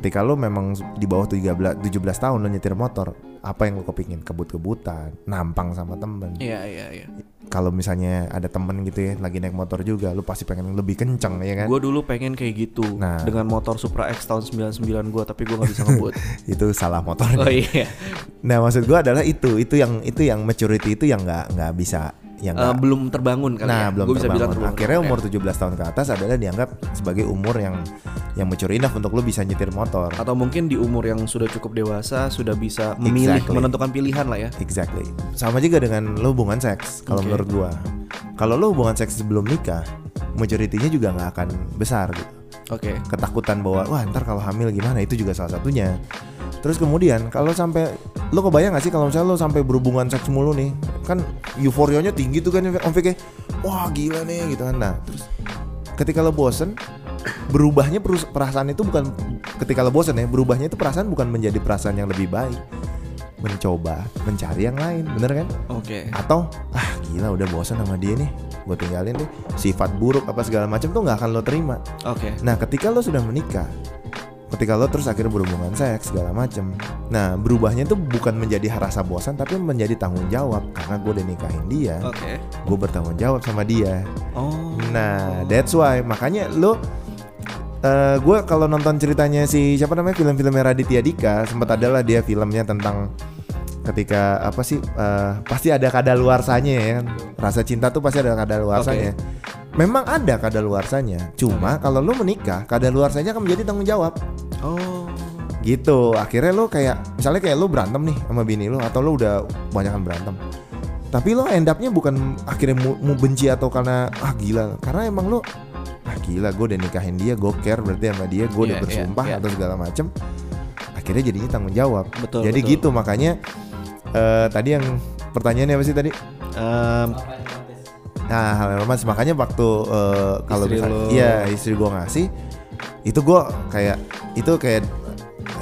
Speaker 2: Ketika lo memang di bawah 13 17 tahun lo nyetir motor, apa yang lo kepingin kebut-kebutan nampang sama temen
Speaker 1: Iya iya iya.
Speaker 2: kalau misalnya ada temen gitu ya lagi naik motor juga lu pasti pengen lebih kenceng ya kan
Speaker 1: Gue dulu pengen kayak gitu
Speaker 2: Nah.
Speaker 1: dengan motor Supra X tahun 99 gue tapi gue nggak bisa ngebut.
Speaker 2: itu salah motornya
Speaker 1: oh iya.
Speaker 2: nah maksud gua adalah itu itu yang itu yang maturity itu yang nggak nggak bisa yang
Speaker 1: Eh,
Speaker 2: nggak
Speaker 1: belum terbangun kali
Speaker 2: nah
Speaker 1: ya.
Speaker 2: belum
Speaker 1: Gua bisa bilang
Speaker 2: terbangun.
Speaker 1: terbangun.
Speaker 2: akhirnya
Speaker 1: Ya.
Speaker 2: umur 17 tahun ke atas adalah dianggap sebagai umur yang yang mature enough untuk lu bisa nyetir motor
Speaker 1: atau mungkin di umur yang sudah cukup dewasa sudah bisa memilih
Speaker 2: Exactly.
Speaker 1: menentukan pilihan lah ya.
Speaker 2: exactly sama juga dengan lu hubungan seks kalau
Speaker 1: Oke.
Speaker 2: menurut gua kalau lu hubungan seks sebelum nikah majoritinya juga nggak akan besar gitu
Speaker 1: Oke.
Speaker 2: ketakutan bahwa wah ntar kalau hamil gimana itu juga salah satunya terus kemudian kalau sampai lo kebayang gak sih kalau misalnya lo sampai berhubungan seks mulu nih kan euforianya tinggi tuh kan Om Vicky wah gila nih gitu kan nah terus ketika lo bosen berubahnya perus- perasaan itu bukan ketika lo bosen ya berubahnya itu perasaan bukan menjadi perasaan yang lebih baik mencoba mencari yang lain bener kan
Speaker 1: Oke.
Speaker 2: atau ah gila udah bosen sama dia nih gue tinggalin deh sifat buruk apa segala macam tuh nggak akan lo terima
Speaker 1: Oke.
Speaker 2: Nah, ketika lo sudah menikah, ketika lo terus akhirnya berhubungan seks segala macem, nah berubahnya itu bukan menjadi rasa bosan tapi menjadi tanggung jawab karena gue udah nikahin dia,
Speaker 1: Oke.
Speaker 2: gue bertanggung jawab sama dia.
Speaker 1: Oh.
Speaker 2: Nah, that's why makanya lo eh gue kalau nonton ceritanya si siapa namanya film-filmnya Raditya Dika sempat adalah dia filmnya tentang ketika apa sih eh, pasti ada kadaluarsanya ya kan rasa cinta tuh pasti ada kadaluarsanya memang ada kadaluarsanya cuma kalau lo menikah kadaluarsanya akan menjadi tanggung jawab
Speaker 1: Oh.
Speaker 2: gitu akhirnya lo kayak misalnya kayak lo berantem nih sama bini lo atau lo udah kebanyakan berantem tapi lo end up-nya bukan akhirnya mau, mau benci atau karena ah gila karena emang lo ah gila gue udah nikahin dia gue care berarti sama dia gue
Speaker 1: Iya,
Speaker 2: udah
Speaker 1: iya,
Speaker 2: bersumpah
Speaker 1: iya.
Speaker 2: atau segala macem akhirnya jadinya tanggung jawab
Speaker 1: Betul,
Speaker 2: jadi
Speaker 1: betul.
Speaker 2: gitu makanya eh, tadi yang pertanyaannya apa sih tadi
Speaker 1: Em,
Speaker 3: Apa yang romantis?
Speaker 2: Nah, hal yang romantis makanya waktu eh, kalau
Speaker 1: Istri
Speaker 2: misalnya
Speaker 1: lo.
Speaker 2: iya istri gua ngasih itu gua kayak itu kayak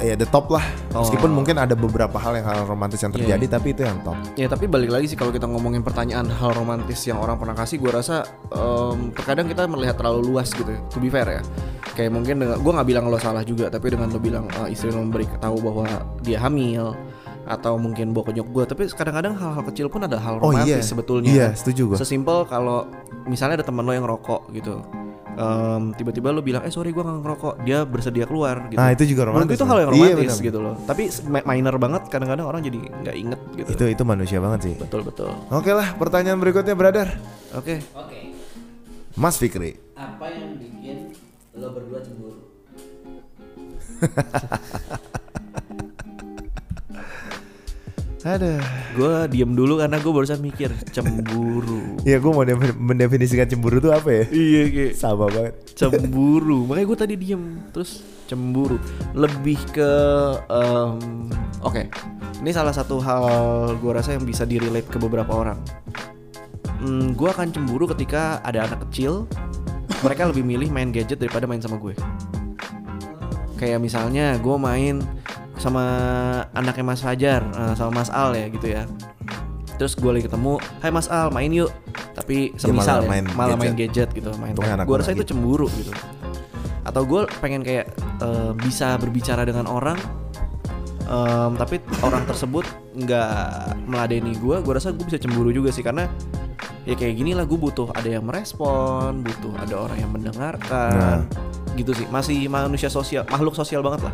Speaker 2: ya the top lah. Meskipun
Speaker 1: Oh.
Speaker 2: mungkin ada beberapa hal yang hal romantis yang
Speaker 1: Iya,
Speaker 2: terjadi tapi itu yang top.
Speaker 1: Ya tapi balik lagi sih kalau kita ngomongin pertanyaan hal romantis yang orang pernah kasih, gue rasa em, terkadang kita melihat terlalu luas gitu. ya, To be fair ya, kayak mungkin dengan gue nggak bilang lo salah juga, tapi dengan lo bilang eh, istri lo memberi tahu bahwa dia hamil atau mungkin bawa konyok gue, tapi kadang-kadang hal-hal kecil pun ada hal
Speaker 2: Oh,
Speaker 1: romantis
Speaker 2: iya.
Speaker 1: sebetulnya.
Speaker 2: Iya, setuju gua.
Speaker 1: Sesimpel kalau misalnya ada teman lo yang rokok gitu, em, tiba-tiba lo bilang eh sorry gue nggak ngerokok, dia bersedia keluar. Gitu.
Speaker 2: Nah, itu juga
Speaker 1: Menurut
Speaker 2: romantis,
Speaker 1: gue itu hal yang
Speaker 2: Bang. Iya,
Speaker 1: romantis
Speaker 2: benar.
Speaker 1: gitu loh. Tapi ma- minor banget kadang-kadang orang jadi nggak inget gitu.
Speaker 2: Itu itu manusia banget sih.
Speaker 1: Betul betul.
Speaker 2: Oke lah, pertanyaan berikutnya brother.
Speaker 1: Oke.
Speaker 3: Oke,
Speaker 2: Mas Fikri.
Speaker 3: apa yang bikin lo berdua cemburu?
Speaker 2: Ada.
Speaker 1: Gue diem dulu karena gue barusan mikir cemburu.
Speaker 2: Ya gua mau de- mendefinisikan cemburu itu apa ya?
Speaker 1: iya kayak
Speaker 2: Sama banget.
Speaker 1: cemburu. Makanya gue tadi diem terus cemburu. Lebih ke em, oke. Ini salah satu hal gue rasa yang bisa direlate ke beberapa orang. Hmm, gue akan cemburu ketika ada anak kecil. Mereka lebih milih main gadget daripada main sama gue. kayak misalnya gue main sama anaknya Mas Fajar eh, sama Mas Al ya gitu ya terus gue lagi ketemu Hai Mas Al main yuk tapi semisal
Speaker 2: malah
Speaker 1: ya,
Speaker 2: main
Speaker 1: malah main
Speaker 2: gadget.
Speaker 1: gadget gitu main
Speaker 2: Untungnya anak
Speaker 1: gue
Speaker 2: gua
Speaker 1: rasa
Speaker 2: lagi.
Speaker 1: itu cemburu gitu atau gue pengen kayak eh, bisa berbicara dengan orang em, tapi orang tersebut nggak meladeni gue gue rasa gue bisa cemburu juga sih karena ya kayak gini lah gue butuh ada yang merespon butuh ada orang yang mendengarkan
Speaker 2: Nah.
Speaker 1: gitu sih masih manusia sosial makhluk sosial banget lah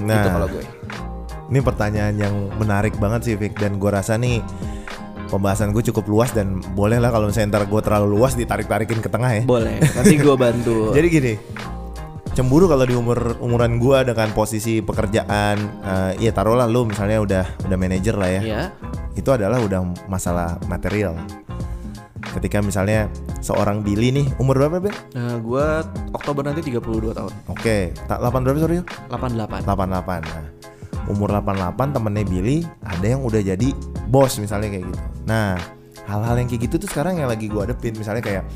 Speaker 1: gitu kalau gue
Speaker 2: Nah, Ini pertanyaan yang menarik banget sih Vic dan gua rasa nih pembahasan gue cukup luas dan bolehlah kalau misalnya ntar gue terlalu luas ditarik-tarikin ke tengah ya.
Speaker 1: boleh nanti gue bantu
Speaker 2: Jadi gini, cemburu kalau di umur umuran gua dengan posisi pekerjaan, eh, ya taruhlah lu misalnya udah udah manajer lah ya,
Speaker 1: ya
Speaker 2: itu adalah udah masalah material. Ketika misalnya seorang Billy nih umur berapa Bill?
Speaker 1: nah, gue Oktober nanti 32 tahun
Speaker 2: Oke, tak 8 berapa sorry?
Speaker 1: 88
Speaker 2: 88. Nah, umur 88 temennya Billy ada yang udah jadi bos misalnya kayak gitu. Nah, hal-hal yang kayak gitu tuh sekarang yang lagi gua adepin misalnya kayak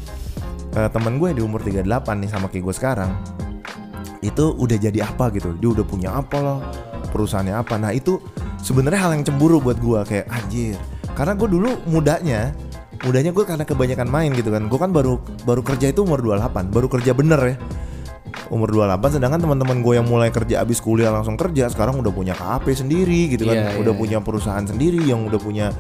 Speaker 2: eh, temen gue di umur 38 nih sama kayak gue sekarang itu udah jadi apa gitu dia udah punya apa loh perusahaannya apa nah itu sebenarnya hal yang cemburu buat gua kayak anjir karena gue dulu mudanya mudanya gue karena kebanyakan main gitu kan gue kan baru baru kerja itu umur 28 baru kerja bener ya umur 28 sedangkan teman-teman gue yang mulai kerja abis kuliah langsung kerja sekarang udah punya KAP sendiri gitu kan.
Speaker 1: Iya, iya,
Speaker 2: udah
Speaker 1: iya.
Speaker 2: punya perusahaan sendiri yang udah punya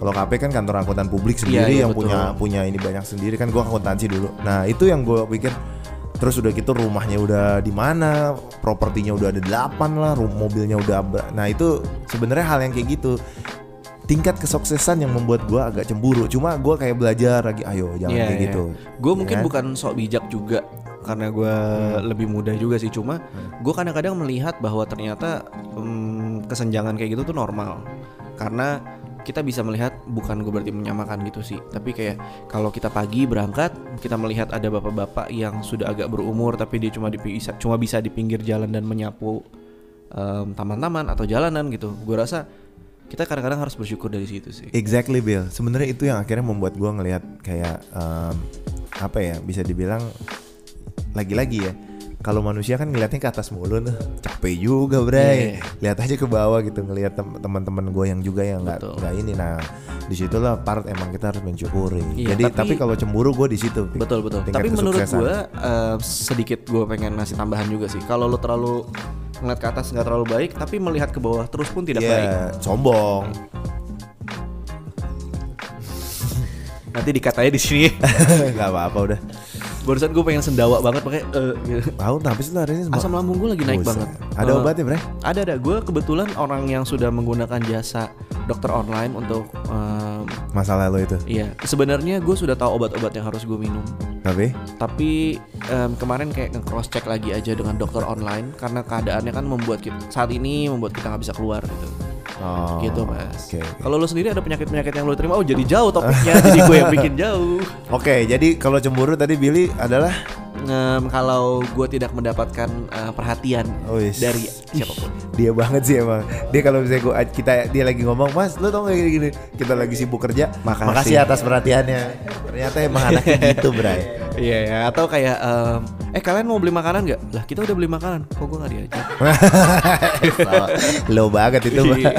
Speaker 2: kalau KP kan kantor angkutan publik sendiri
Speaker 1: iya,
Speaker 2: yang
Speaker 1: betul.
Speaker 2: punya punya ini banyak sendiri kan gue akuntansi dulu. Nah, itu yang gue pikir terus udah gitu rumahnya udah di mana, propertinya udah ada 8 lah, rum- mobilnya udah ber- Nah, itu sebenarnya hal yang kayak gitu tingkat kesuksesan yang membuat gue agak cemburu cuma gue kayak belajar lagi ayo jangan
Speaker 1: Iya,
Speaker 2: kayak
Speaker 1: iya.
Speaker 2: gitu
Speaker 1: Gue mungkin
Speaker 2: kan? Hmm.
Speaker 1: bukan sok bijak juga karena gue lebih muda juga sih cuma gue kadang-kadang melihat bahwa ternyata mm, kesenjangan kayak gitu tuh normal karena kita bisa melihat bukan gue berarti menyamakan gitu sih tapi kayak kalau kita pagi berangkat kita melihat ada bapak-bapak yang sudah agak berumur tapi dia cuma di bisa- cuma bisa di pinggir jalan dan menyapu em, taman-taman atau jalanan gitu gue rasa kita kadang-kadang harus bersyukur dari situ sih
Speaker 2: Exactly Bill. Sebenarnya itu yang akhirnya membuat gua ngelihat kayak em, apa ya bisa dibilang lagi-lagi ya. Kalau manusia kan ngelihatnya ke atas mulu tuh, capek juga,
Speaker 1: Iya.
Speaker 2: Bray. Lihat aja ke bawah gitu, ngelihat tem- teman-teman gue yang juga yang nggak
Speaker 1: Betul.
Speaker 2: nggak ini. Nah, disitulah part emang kita harus mensyukuri.
Speaker 1: Iya,
Speaker 2: Jadi tapi,
Speaker 1: tapi-
Speaker 2: kalau cemburu gue di situ. Pik.
Speaker 1: Betul betul.
Speaker 2: Tingkat
Speaker 1: Tapi menurut
Speaker 2: kesuksesan.
Speaker 1: gue sedikit gue pengen ngasih tambahan juga sih. Kalau lo terlalu ngeliat ke atas nggak terlalu baik, tapi melihat ke bawah terus pun tidak
Speaker 2: Iya,
Speaker 1: baik.
Speaker 2: sombong.
Speaker 1: Nanti dikatanya di sini.
Speaker 2: Gak apa-apa udah.
Speaker 1: Barusan gue pengen sendawa banget pakai eh, gitu.
Speaker 2: Tahu tapi sih hari ini semua-
Speaker 1: asam lambung gue lagi naik
Speaker 2: Buset.
Speaker 1: banget.
Speaker 2: Ada
Speaker 1: Eh,
Speaker 2: obatnya, Bray?
Speaker 1: Ada ada. Gue kebetulan orang yang sudah menggunakan jasa dokter online untuk em,
Speaker 2: Masalah lo itu.
Speaker 1: Iya, sebenarnya gue sudah tahu obat-obat yang harus gue minum.
Speaker 2: Tapi
Speaker 1: tapi em, kemarin kayak nge-cross check lagi aja dengan dokter online karena keadaannya kan membuat kita saat ini membuat kita nggak bisa keluar gitu
Speaker 2: Oh,
Speaker 1: gitu mas
Speaker 2: oke, oke.
Speaker 1: kalau lo sendiri ada penyakit penyakit yang lo terima oh jadi jauh topiknya jadi gue yang bikin jauh
Speaker 2: Oke, jadi kalau cemburu tadi Billy adalah
Speaker 1: Em, kalau gue tidak mendapatkan eh, perhatian
Speaker 2: Oh, yes.
Speaker 1: dari siapapun
Speaker 2: dia banget sih emang. Dia kalau misalnya gua kita dia lagi ngomong, "Mas, lu tau gak gini-gini, kita lagi sibuk kerja.
Speaker 1: Makasih.
Speaker 2: atas perhatiannya." Ternyata emang anaknya gitu, Bray.
Speaker 1: iya ya atau kayak em, eh kalian mau beli makanan nggak lah kita udah beli makanan kok gue nggak diajak
Speaker 2: Lo banget itu, Bang.
Speaker 1: Iya.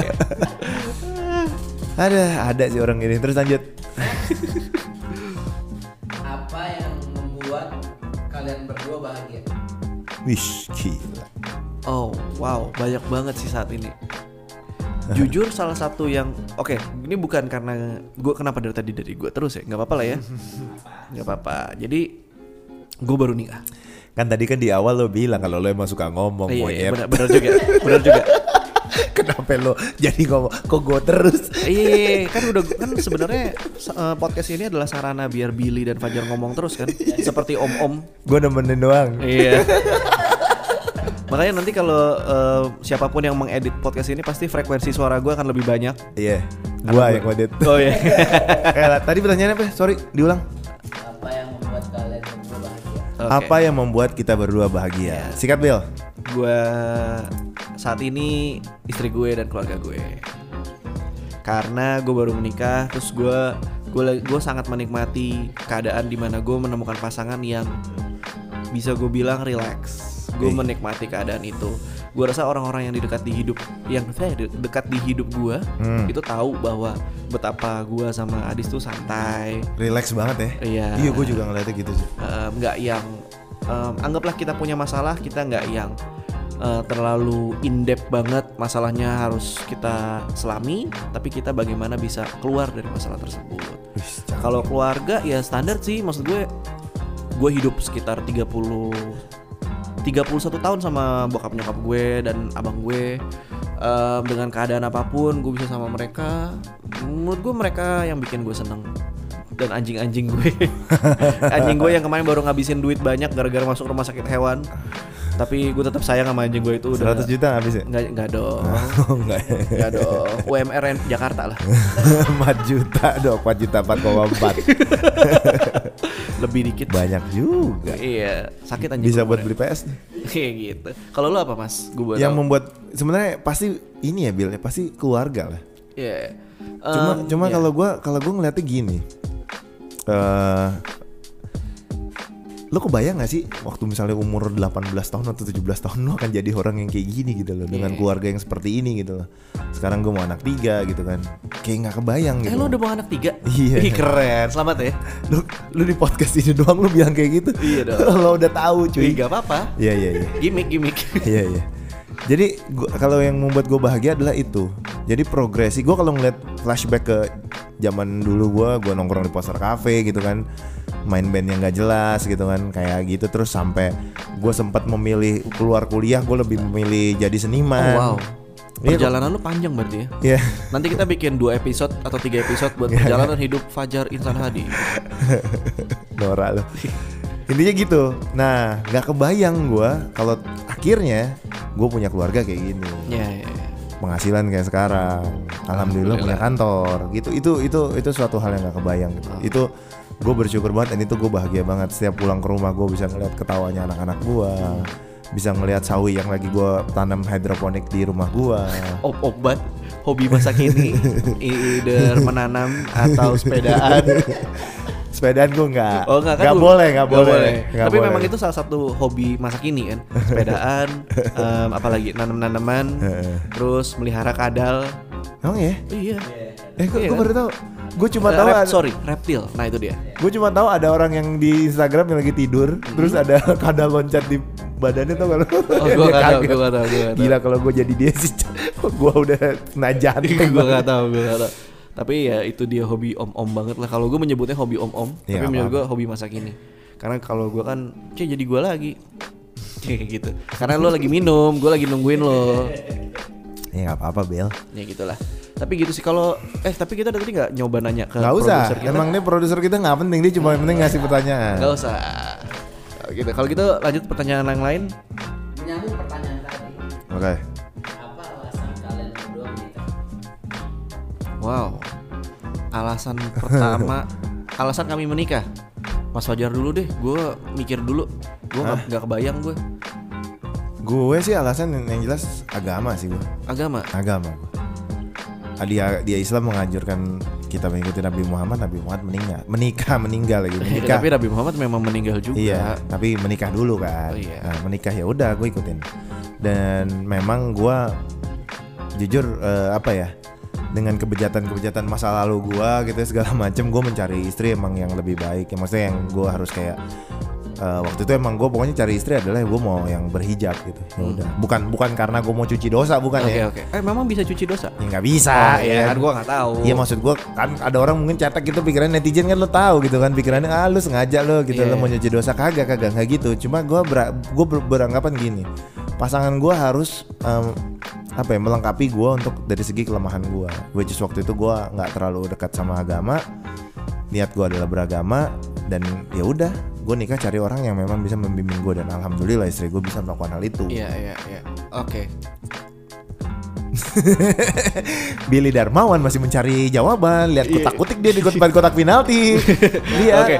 Speaker 2: ada, ada sih orang ini. Terus lanjut.
Speaker 3: Apa yang membuat kalian berdua bahagia?
Speaker 2: Wish, gila.
Speaker 1: Oh, wow, banyak banget sih saat ini. Jujur salah satu yang oke, ini bukan karena gue kenapa dari tadi dari gue terus ya, nggak apa-apa lah ya, nggak apa-apa. Jadi gue baru nikah.
Speaker 2: Kan tadi kan di awal lo bilang kalau lo emang suka ngomong
Speaker 1: iya, iya,
Speaker 2: monyet.
Speaker 1: benar, benar juga, benar juga.
Speaker 2: Kenapa lo jadi ngomong kok gue terus?
Speaker 1: Iya, iya, iya, kan udah kan sebenarnya eh, podcast ini adalah sarana biar Billy dan Fajar ngomong terus kan, seperti om-om.
Speaker 2: Gue nemenin doang.
Speaker 1: Iya. Makanya nanti kalau eh, siapapun yang mengedit podcast ini pasti frekuensi suara gue akan lebih banyak.
Speaker 2: Iya. Gua yang ngedit.
Speaker 1: Oh iya.
Speaker 2: Eh, tadi pertanyaannya apa? Sorry, diulang.
Speaker 3: Apa yang membuat kalian berdua bahagia?
Speaker 1: Oke. Iya.
Speaker 2: Apa yang membuat kita berdua bahagia? Sikat Bill.
Speaker 1: gue saat ini istri gue dan keluarga gue karena gue baru menikah terus gue gue la- gue sangat menikmati keadaan dimana gue menemukan pasangan yang bisa gue bilang relax gue
Speaker 2: Oke.
Speaker 1: menikmati keadaan itu gue rasa orang-orang yang di dekat di hidup yang eh, de- dekat di hidup gue
Speaker 2: Hmm.
Speaker 1: itu tahu bahwa betapa gue sama Adis tuh santai
Speaker 2: Relax banget ya.
Speaker 1: Iya.
Speaker 2: Iya, gue juga ngeliatnya gitu sih.
Speaker 1: Eh, nggak yang em, anggaplah kita punya masalah kita nggak yang eh, terlalu in depth banget masalahnya harus kita selami tapi kita bagaimana bisa keluar dari masalah tersebut
Speaker 2: Wih, cakep.
Speaker 1: kalau keluarga ya standar sih maksud gue gue hidup sekitar 30 31 tahun sama bokap nyokap gue dan abang gue Em, dengan keadaan apapun gue bisa sama mereka menurut gue mereka yang bikin gue seneng dan anjing-anjing gue anjing gue yang kemarin baru ngabisin duit banyak gara-gara masuk rumah sakit hewan tapi gue tetap sayang sama anjing gue itu
Speaker 2: 100 juta habis ya?
Speaker 1: nggak nggak dong
Speaker 2: Oh, enggak.
Speaker 1: nggak dong UMR Jakarta lah
Speaker 2: 4 juta dong, 4 juta 4,4
Speaker 1: lebih dikit
Speaker 2: Banyak juga
Speaker 1: Iya, sakit anjing.
Speaker 2: Bisa
Speaker 1: gua
Speaker 2: buat
Speaker 1: kemarin.
Speaker 2: beli PS nih
Speaker 1: Iya gitu. Kalau lu apa mas? Gue buat.
Speaker 2: Yang
Speaker 1: tahu.
Speaker 2: membuat sebenarnya pasti ini ya Bill ya, Pasti keluarga lah
Speaker 1: Iya.
Speaker 2: cuma
Speaker 1: Em,
Speaker 2: cuma
Speaker 1: iya.
Speaker 2: kalau gua kalau gua ngeliatnya gini eh Lo kebayang gak sih waktu misalnya umur 18 tahun atau 17 tahun lo akan jadi orang yang kayak gini gitu loh
Speaker 1: Iya.
Speaker 2: dengan keluarga yang seperti ini gitu loh. Sekarang gue mau anak tiga gitu kan, kayak nggak kebayang
Speaker 1: Eh
Speaker 2: gitu.
Speaker 1: lo udah mau anak tiga?
Speaker 2: Iya.
Speaker 1: Ih, keren, selamat ya.
Speaker 2: lu, lu di podcast ini doang lu bilang kayak gitu.
Speaker 1: Iya dong.
Speaker 2: lo udah tahu
Speaker 1: Cuy
Speaker 2: cuy.
Speaker 1: gak apa-apa.
Speaker 2: Iya iya iya.
Speaker 1: Gimik gimik.
Speaker 2: Iya iya. Jadi gua- kalau yang membuat gue bahagia adalah itu. Jadi progresi gue kalau ngeliat flashback ke zaman dulu gue, gue nongkrong di poster cafe gitu kan, main band yang gak jelas gitu kan, kayak gitu terus sampai gue sempat memilih keluar kuliah, gue lebih memilih jadi seniman.
Speaker 1: Oh, wow.
Speaker 2: Iya,
Speaker 1: Perjalanan lu panjang berarti ya.
Speaker 2: Iya.
Speaker 1: Nanti kita bikin dua episode atau tiga episode buat perjalanan hidup Fajar Insan Hadi.
Speaker 2: Nora lo. Intinya gitu. Nah, nggak kebayang gue kalau akhirnya gue punya keluarga kayak gini.
Speaker 1: Ya, ya, ya.
Speaker 2: penghasilan kayak sekarang. Alhamdulillah punya kantor. Gitu itu itu itu suatu hal yang nggak kebayang gitu.
Speaker 1: Ah.
Speaker 2: Itu gue bersyukur banget dan itu gue bahagia banget setiap pulang ke rumah gue bisa ngeliat ketawanya anak-anak gue bisa ngeliat sawi yang lagi gue tanam hidroponik di rumah gue
Speaker 1: Ob- obat hobi masa kini either menanam atau sepedaan
Speaker 2: sepedaan gue nggak
Speaker 1: oh nggak kan
Speaker 2: nggak
Speaker 1: lu-
Speaker 2: boleh nggak boleh, nggak
Speaker 1: tapi
Speaker 2: boleh.
Speaker 1: memang itu salah satu hobi masa kini kan sepedaan em, apalagi nanam-nanaman
Speaker 2: Heeh.
Speaker 1: terus melihara kadal
Speaker 2: emang ya
Speaker 1: iya
Speaker 2: eh gue
Speaker 1: Iya
Speaker 2: gue
Speaker 1: kan?
Speaker 2: baru tahu gue cuma
Speaker 1: Eh,
Speaker 2: tahu
Speaker 1: rep-
Speaker 2: ada-
Speaker 1: sorry reptil nah itu dia
Speaker 2: Gue cuma tahu ada orang yang di Instagram yang lagi tidur, terus ada kadal loncat di badannya tuh kalau
Speaker 1: Hmm. Oh, gua nggak tahu, gua nggak tahu, gua nggak tahu.
Speaker 2: Gila kalau gue jadi dia sih, gue udah kena jantung.
Speaker 1: gue gak tau gue gak tau tapi ya itu dia hobi om-om banget lah kalau gue menyebutnya hobi om-om tapi
Speaker 2: Iya, nggak
Speaker 1: menurut gue hobi masa kini karena kalau gue kan cie jadi gue lagi kayak gitu karena lo lagi minum gue lagi nungguin lo
Speaker 2: Ya nggak apa-apa Bel.
Speaker 1: ya gitulah tapi gitu sih kalau eh tapi kita dari tadi nggak nyoba nanya ke
Speaker 2: Gak usah.
Speaker 1: produser kita
Speaker 2: Emang nih produser kita nggak penting dia cuma yang penting ngasih pertanyaan.
Speaker 1: nggak usah gitu kalau gitu lanjut pertanyaan yang lain
Speaker 3: Menyambung pertanyaan tadi,
Speaker 2: Oke.
Speaker 3: apa alasan kalian berdua menikah?
Speaker 1: wow alasan pertama alasan kami menikah Mas Fajar dulu deh gue mikir dulu gue nggak nggak kebayang gue
Speaker 2: Gue sih alasan yang, yang jelas agama sih gue.
Speaker 1: agama
Speaker 2: Agama gue. Dia, dia Islam menganjurkan kita mengikuti Nabi Muhammad. Nabi Muhammad meninggal, menikah, meninggal lagi
Speaker 1: Eh,
Speaker 2: menikah.
Speaker 1: tapi Nabi Muhammad memang meninggal juga
Speaker 2: Iya, tapi menikah dulu kan.
Speaker 1: Oh, iya.
Speaker 2: Nah, menikah ya udah gue ikutin. Dan memang gua jujur eh, apa ya? Dengan kebejatan-kebejatan masa lalu gua gitu ya, segala macem gue mencari istri emang yang lebih baik. Ya, maksudnya yang gua harus kayak eh, waktu itu emang gue pokoknya cari istri adalah gue mau yang berhijab gitu. Ya udah. Bukan bukan karena gue mau cuci dosa bukan
Speaker 1: Hmm. oke
Speaker 2: ya.
Speaker 1: oke eh memang bisa cuci dosa
Speaker 2: Ya nggak bisa
Speaker 1: Oh, iya kan, gua nggak tahu.
Speaker 2: Iya maksud gua kan ada orang mungkin cetek gitu pikiran netizen kan lo tahu gitu kan pikirannya ah lu sengaja lo gitu
Speaker 1: Iya,
Speaker 2: lo mau
Speaker 1: iya.
Speaker 2: nyuci dosa kagak kagak nggak gitu. Cuma gua ber, gua ber- beranggapan gini. Pasangan gua harus em, apa ya melengkapi gua untuk dari segi kelemahan gua. Which is waktu itu gua nggak terlalu dekat sama agama. Niat gua adalah beragama dan ya udah gue nikah cari orang yang memang bisa membimbing gue dan alhamdulillah istri gue bisa melakukan hal itu.
Speaker 1: iya iya iya oke
Speaker 2: Billy Darmawan masih mencari jawaban. Lihat kotak-kutik dia di kotak-kotak penalti. Iya. Dia
Speaker 1: Iya. Oke,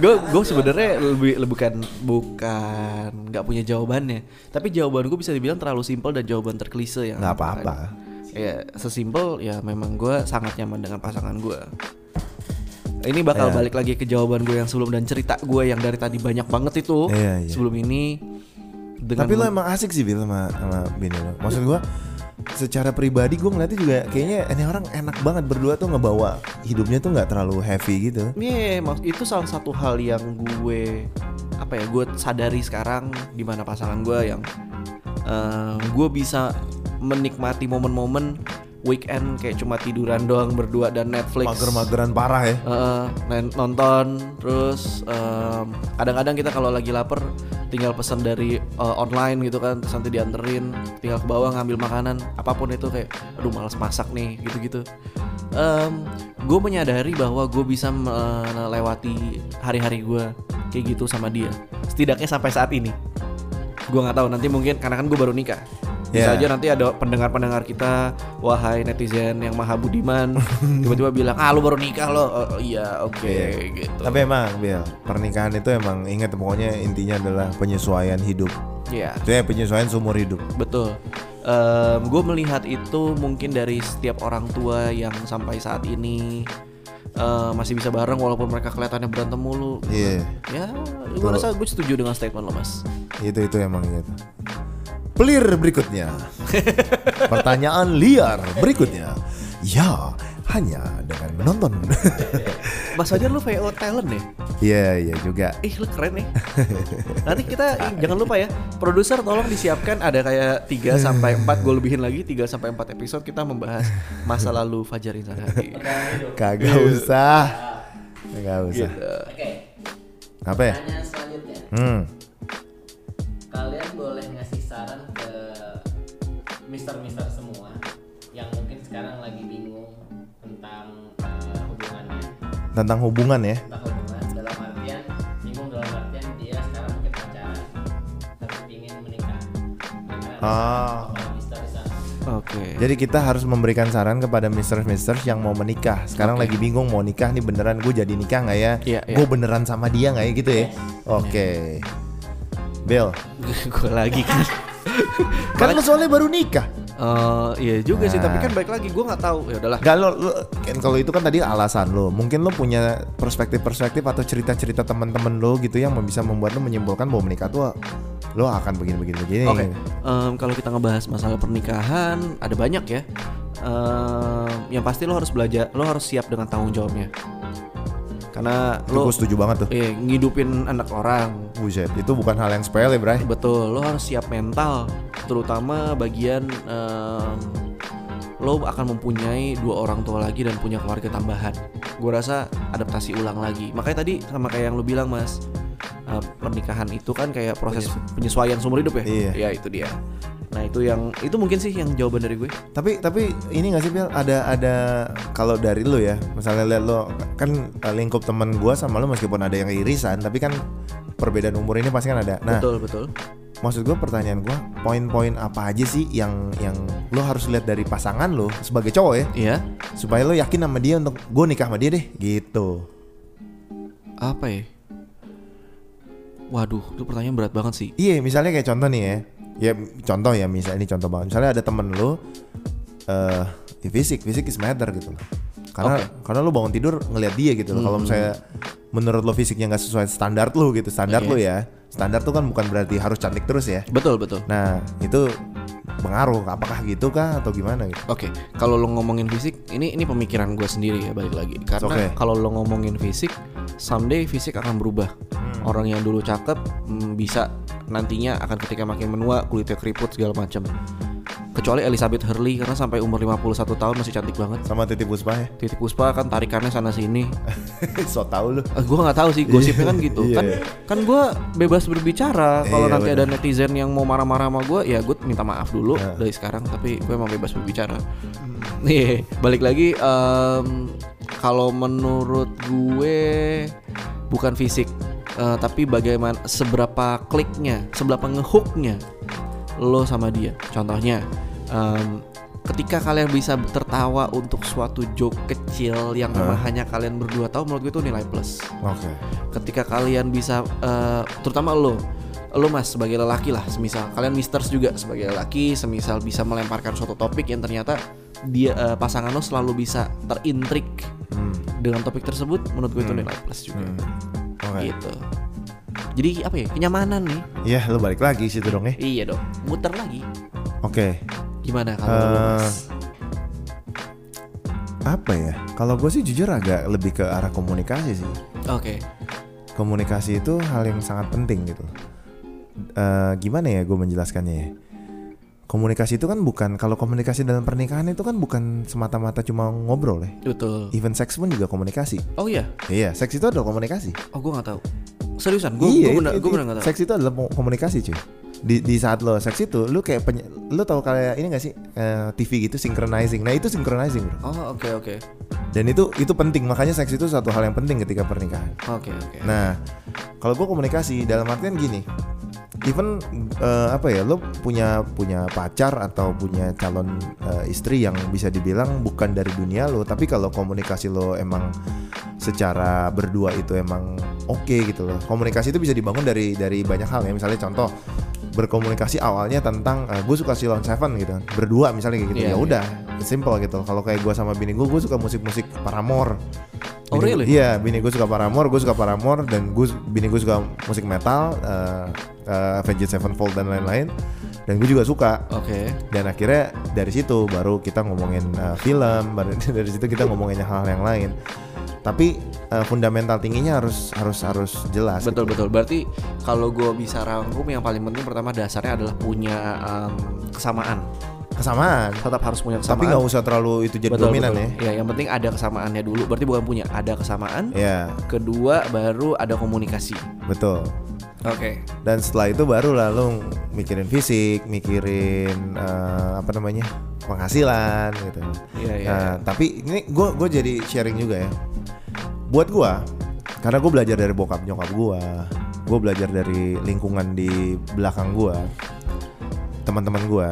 Speaker 1: gue gue sebenarnya lebih lebih- bukan bukan nggak punya jawabannya, tapi jawaban gue bisa dibilang terlalu simpel dan jawaban terklise ya.
Speaker 2: nggak apa-apa.
Speaker 1: Ya sesimpel ya memang gue sangat nyaman dengan pasangan gue. Ini bakal
Speaker 2: Iya.
Speaker 1: balik lagi ke jawaban gue yang sebelum dan cerita gue yang dari tadi banyak banget itu
Speaker 2: Iya, iya.
Speaker 1: sebelum ini. Dengan
Speaker 2: Tapi lo emang asik sih Bill sama, sama bini lo. Maksud gua secara pribadi gue ngeliatnya juga kayaknya ini orang enak banget berdua tuh ngebawa hidupnya tuh nggak terlalu heavy gitu.
Speaker 1: Iya, mak- itu salah satu hal yang gue apa ya gue sadari sekarang di mana pasangan gue yang eh, gue bisa menikmati momen-momen weekend kayak cuma tiduran doang berdua dan Netflix.
Speaker 2: Mager-mageran parah ya.
Speaker 1: Eh, nen- nonton terus em, kadang-kadang kita kalau lagi lapar tinggal pesan dari eh, online gitu kan terus nanti dianterin tinggal ke bawah ngambil makanan apapun itu kayak aduh males masak nih gitu-gitu gue menyadari bahwa gue bisa melewati hari-hari gue kayak gitu sama dia setidaknya sampai saat ini gue nggak tahu nanti mungkin karena kan gue baru nikah bisa
Speaker 2: Yeah.
Speaker 1: aja nanti ada pendengar-pendengar kita wahai netizen yang maha budiman tiba-tiba bilang ah lu baru nikah lo Oh, oh, iya oke gitu
Speaker 2: Tapi emang Bill pernikahan itu emang ingat pokoknya intinya adalah penyesuaian hidup.
Speaker 1: ya
Speaker 2: Itu ya penyesuaian seumur hidup.
Speaker 1: betul gue melihat itu mungkin dari setiap orang tua yang sampai saat ini eh, eh, masih bisa bareng walaupun mereka kelihatannya berantem mulu.
Speaker 2: Iya.
Speaker 1: Ya, gua rasa gue setuju dengan statement lo mas.
Speaker 2: Itu itu emang gitu. Pelir berikutnya. Pertanyaan liar berikutnya. Ya, hanya dengan menonton.
Speaker 1: Mas Fajar lu VO talent ya?
Speaker 2: Iya, iya juga.
Speaker 1: Ih lu keren nih. Nanti kita ih, jangan lupa ya, produser tolong disiapkan ada kayak 3 sampai 4 gue lebihin lagi 3 sampai 4 episode kita membahas masa lalu Fajar Insan Hadi.
Speaker 2: Kagak
Speaker 1: Iya.
Speaker 2: usah. Kagak usah.
Speaker 3: Oke,
Speaker 2: Apa ya?
Speaker 3: pertanyaan selanjutnya.
Speaker 2: Hmm.
Speaker 3: Kalian boleh ngasih saran ke mister-mister semua yang mungkin sekarang lagi bingung tentang eh, hubungannya,
Speaker 2: Tentang hubungan ya.
Speaker 3: tentang hubungan dalam artian bingung dalam artian dia sekarang mungkin pacaran tapi ingin menikah. Nah, Kira-kira ada
Speaker 2: Ah.
Speaker 3: saran apa mister di sana?
Speaker 1: Oke.
Speaker 2: Jadi kita harus memberikan saran kepada misters-misters yang mau menikah. Sekarang lagi bingung mau nikah nih beneran gue jadi nikah nggak ya?
Speaker 1: Iya, iya.
Speaker 2: Gue beneran sama dia nggak ya gitu ya? Oke. Bel,
Speaker 1: gue lagi kan.
Speaker 2: kan lu soalnya baru nikah.
Speaker 1: Eh, iya juga sih, tapi
Speaker 2: Nah.
Speaker 1: kan baik lagi gue nggak tahu. Ya udahlah.
Speaker 2: Gak lo, lo- kan kalau itu kan tadi alasan lo. Mungkin lo punya perspektif-perspektif atau cerita-cerita teman-teman lo gitu yang bisa membuat lo menyimpulkan bahwa menikah tuh lo akan begini-begini-begini.
Speaker 1: Oke, em, kalau kita ngebahas masalah pernikahan, ada banyak ya. Em, yang pasti lo harus belajar, lo harus siap dengan tanggung jawabnya. Karena
Speaker 2: Itu
Speaker 1: lo
Speaker 2: gue setuju banget tuh.
Speaker 1: eh, ngidupin anak orang,
Speaker 2: Buset, itu bukan hal yang sepele, Bray.
Speaker 1: betul. Lo harus siap mental, terutama bagian em, lo akan mempunyai dua orang tua lagi dan punya keluarga tambahan. Gue rasa adaptasi ulang lagi. Makanya tadi sama kayak yang lo bilang mas. eh, pernikahan itu kan kayak proses penyesuaian seumur hidup ya.
Speaker 2: Iya.
Speaker 1: Ya itu dia. Nah itu yang itu mungkin sih yang jawaban dari gue.
Speaker 2: Tapi tapi ini gak sih Bill ada ada kalau dari lu ya misalnya lihat lo kan eh, lingkup teman gua sama lu meskipun ada yang irisan tapi kan perbedaan umur ini pasti kan ada. Nah,
Speaker 1: Betul betul.
Speaker 2: maksud gua pertanyaan gua poin-poin apa aja sih yang yang lo harus lihat dari pasangan lo sebagai cowok ya
Speaker 1: Iya.
Speaker 2: supaya lo yakin sama dia untuk gue nikah sama dia deh gitu.
Speaker 1: Apa ya? Waduh, itu pertanyaan berat banget sih.
Speaker 2: Iya, misalnya kayak contoh nih ya. Ya contoh ya, misalnya ini contoh banget. Misalnya ada temen lu eh ya fisik, fisik is matter gitu loh. Karena
Speaker 1: Oke.
Speaker 2: karena lu bangun tidur ngelihat dia gitu loh. Kalau misalnya menurut lo fisiknya nggak sesuai standar lu gitu, standar
Speaker 1: Iya.
Speaker 2: lu ya. Standar tuh kan bukan berarti harus cantik terus ya.
Speaker 1: Betul betul.
Speaker 2: Nah, itu pengaruh apakah gitu kah atau gimana gitu.
Speaker 1: Oke, kalau lo ngomongin fisik, ini ini pemikiran gue sendiri ya balik lagi. Karena
Speaker 2: It's okay.
Speaker 1: kalau lo ngomongin fisik, someday fisik akan berubah. Orang yang dulu cakep mm, bisa nantinya akan ketika makin menua kulitnya keriput segala macam. Kecuali Elizabeth Hurley karena sampai umur 51 tahun masih cantik banget.
Speaker 2: Sama titip puspa ya.
Speaker 1: Titik Puspa kan tarikannya sana sini.
Speaker 2: so tau lu.
Speaker 1: Eh, gua nggak tahu sih gosipnya kan gitu kan kan gue bebas berbicara kalau
Speaker 2: Iya,
Speaker 1: nanti
Speaker 2: benar. Iya.
Speaker 1: ada netizen yang mau marah-marah sama gue ya gue minta maaf dulu dari sekarang tapi gue emang bebas berbicara
Speaker 2: Hmm.
Speaker 1: nih balik lagi em, kalau menurut gue bukan fisik eh, tapi bagaimana seberapa kliknya seberapa ngehooknya lo sama dia contohnya em, ketika kalian bisa tertawa untuk suatu joke kecil yang memang hanya kalian berdua tahu menurut gue itu nilai plus
Speaker 2: Oke.
Speaker 1: ketika kalian bisa eh, terutama lo lo mas sebagai lelaki lah semisal kalian misters juga sebagai lelaki semisal bisa melemparkan suatu topik yang ternyata dia eh, pasangan lo selalu bisa terintrik
Speaker 2: Hmm.
Speaker 1: dengan topik tersebut menurut gue itu nilai plus juga
Speaker 2: Oke.
Speaker 1: gitu jadi apa ya kenyamanan nih
Speaker 2: Ya, lu balik lagi situ dong ya.
Speaker 1: iya dong muter lagi
Speaker 2: Oke.
Speaker 1: gimana kalau lo,
Speaker 2: Eh.
Speaker 1: mas
Speaker 2: Apa ya? Kalau gue sih jujur agak lebih ke arah komunikasi sih.
Speaker 1: oke
Speaker 2: komunikasi itu hal yang sangat penting gitu. Eh gimana ya gue menjelaskannya ya? Komunikasi itu kan bukan kalau komunikasi dalam pernikahan itu kan bukan semata-mata cuma ngobrol ya.
Speaker 1: betul
Speaker 2: Even seks pun juga komunikasi.
Speaker 1: oh iya
Speaker 2: Iya, seks itu adalah komunikasi.
Speaker 1: oh gue nggak tahu seriusan gue gue
Speaker 2: iya, itu-
Speaker 1: bener
Speaker 2: itu-
Speaker 1: gue bener nggak tahu
Speaker 2: Seks itu adalah mo- komunikasi cuy. Di, di saat lo seks itu, lo kayak peny- lo tau kayak ini gak sih eh, TV gitu synchronizing. Nah itu synchronizing bro.
Speaker 1: oh oke oke
Speaker 2: Dan itu itu penting. Makanya seks itu satu hal yang penting ketika pernikahan.
Speaker 1: oke oke
Speaker 2: Nah, kalau gue komunikasi dalam artian gini, even eh, apa ya, lo punya punya pacar atau punya calon eh, istri yang bisa dibilang bukan dari dunia lo, tapi kalau komunikasi lo emang secara berdua itu emang oke gitu loh. Komunikasi itu bisa dibangun dari dari banyak hal ya. Misalnya contoh eh, berkomunikasi awalnya tentang gue suka Silon Seven gitu, berdua misalnya kayak gitu.
Speaker 1: Iya,
Speaker 2: ya udah, simple gitu. Kalau kayak gue sama bini gue, gue suka musik-musik Paramore.
Speaker 1: Oh, really?
Speaker 2: Bini- Iya, bini gue suka Paramore, gue suka Paramore dan gue bini gue suka musik metal, eh eh, Avenged Sevenfold dan lain-lain. Dan gue juga suka.
Speaker 1: Oke.
Speaker 2: Dan akhirnya dari situ baru kita ngomongin eh, film, baru dari situ kita ngomongin hal yang lain. Tapi eh, fundamental tingginya harus harus harus jelas.
Speaker 1: Betul betul. Berarti kalau gue bisa rangkum yang paling penting pertama dasarnya adalah punya em, kesamaan.
Speaker 2: Kesamaan.
Speaker 1: Tetap harus punya kesamaan.
Speaker 2: Tapi nggak usah terlalu itu jadi
Speaker 1: Betul,
Speaker 2: dominan
Speaker 1: betul. Iya, yang penting ada kesamaannya dulu. Berarti bukan punya, ada kesamaan.
Speaker 2: ya. Iya,
Speaker 1: Kedua baru ada komunikasi.
Speaker 2: betul.
Speaker 1: Oke.
Speaker 2: Dan setelah itu baru lah lu mikirin fisik, mikirin eh, apa namanya penghasilan gitu.
Speaker 1: Iya, iya,
Speaker 2: Nah, Tapi ini gue gue jadi sharing juga ya. Buat gue, karena gue belajar dari bokap nyokap gue, gue belajar dari lingkungan di belakang gue, teman-teman gue.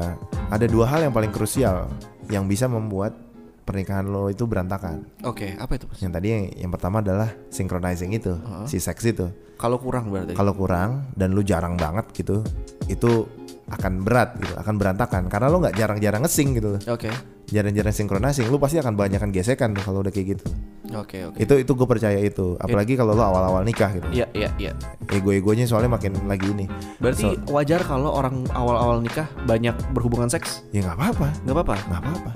Speaker 2: Ada dua hal yang paling krusial yang bisa membuat pernikahan lo itu berantakan.
Speaker 1: Oke, apa itu? Mas?
Speaker 2: Yang tadi yang, yang pertama adalah synchronizing itu, si seks itu.
Speaker 1: Kalau kurang berarti.
Speaker 2: Kalau kurang dan lu jarang banget gitu, itu akan berat gitu, akan berantakan karena lu nggak jarang-jarang ngesing gitu. loh.
Speaker 1: Oke.
Speaker 2: Jarang-jarang sinkronasing, lu pasti akan banyakkan gesekan tuh kalau udah kayak gitu.
Speaker 1: Oke, oke.
Speaker 2: Itu itu gue percaya itu, apalagi kalau lu awal-awal nikah gitu.
Speaker 1: Iya, iya, iya.
Speaker 2: Ego-egonya soalnya makin lagi ini.
Speaker 1: Berarti wajar kalau orang awal-awal nikah banyak berhubungan seks?
Speaker 2: Ya nggak apa-apa,
Speaker 1: Nggak apa-apa.
Speaker 2: nggak apa-apa.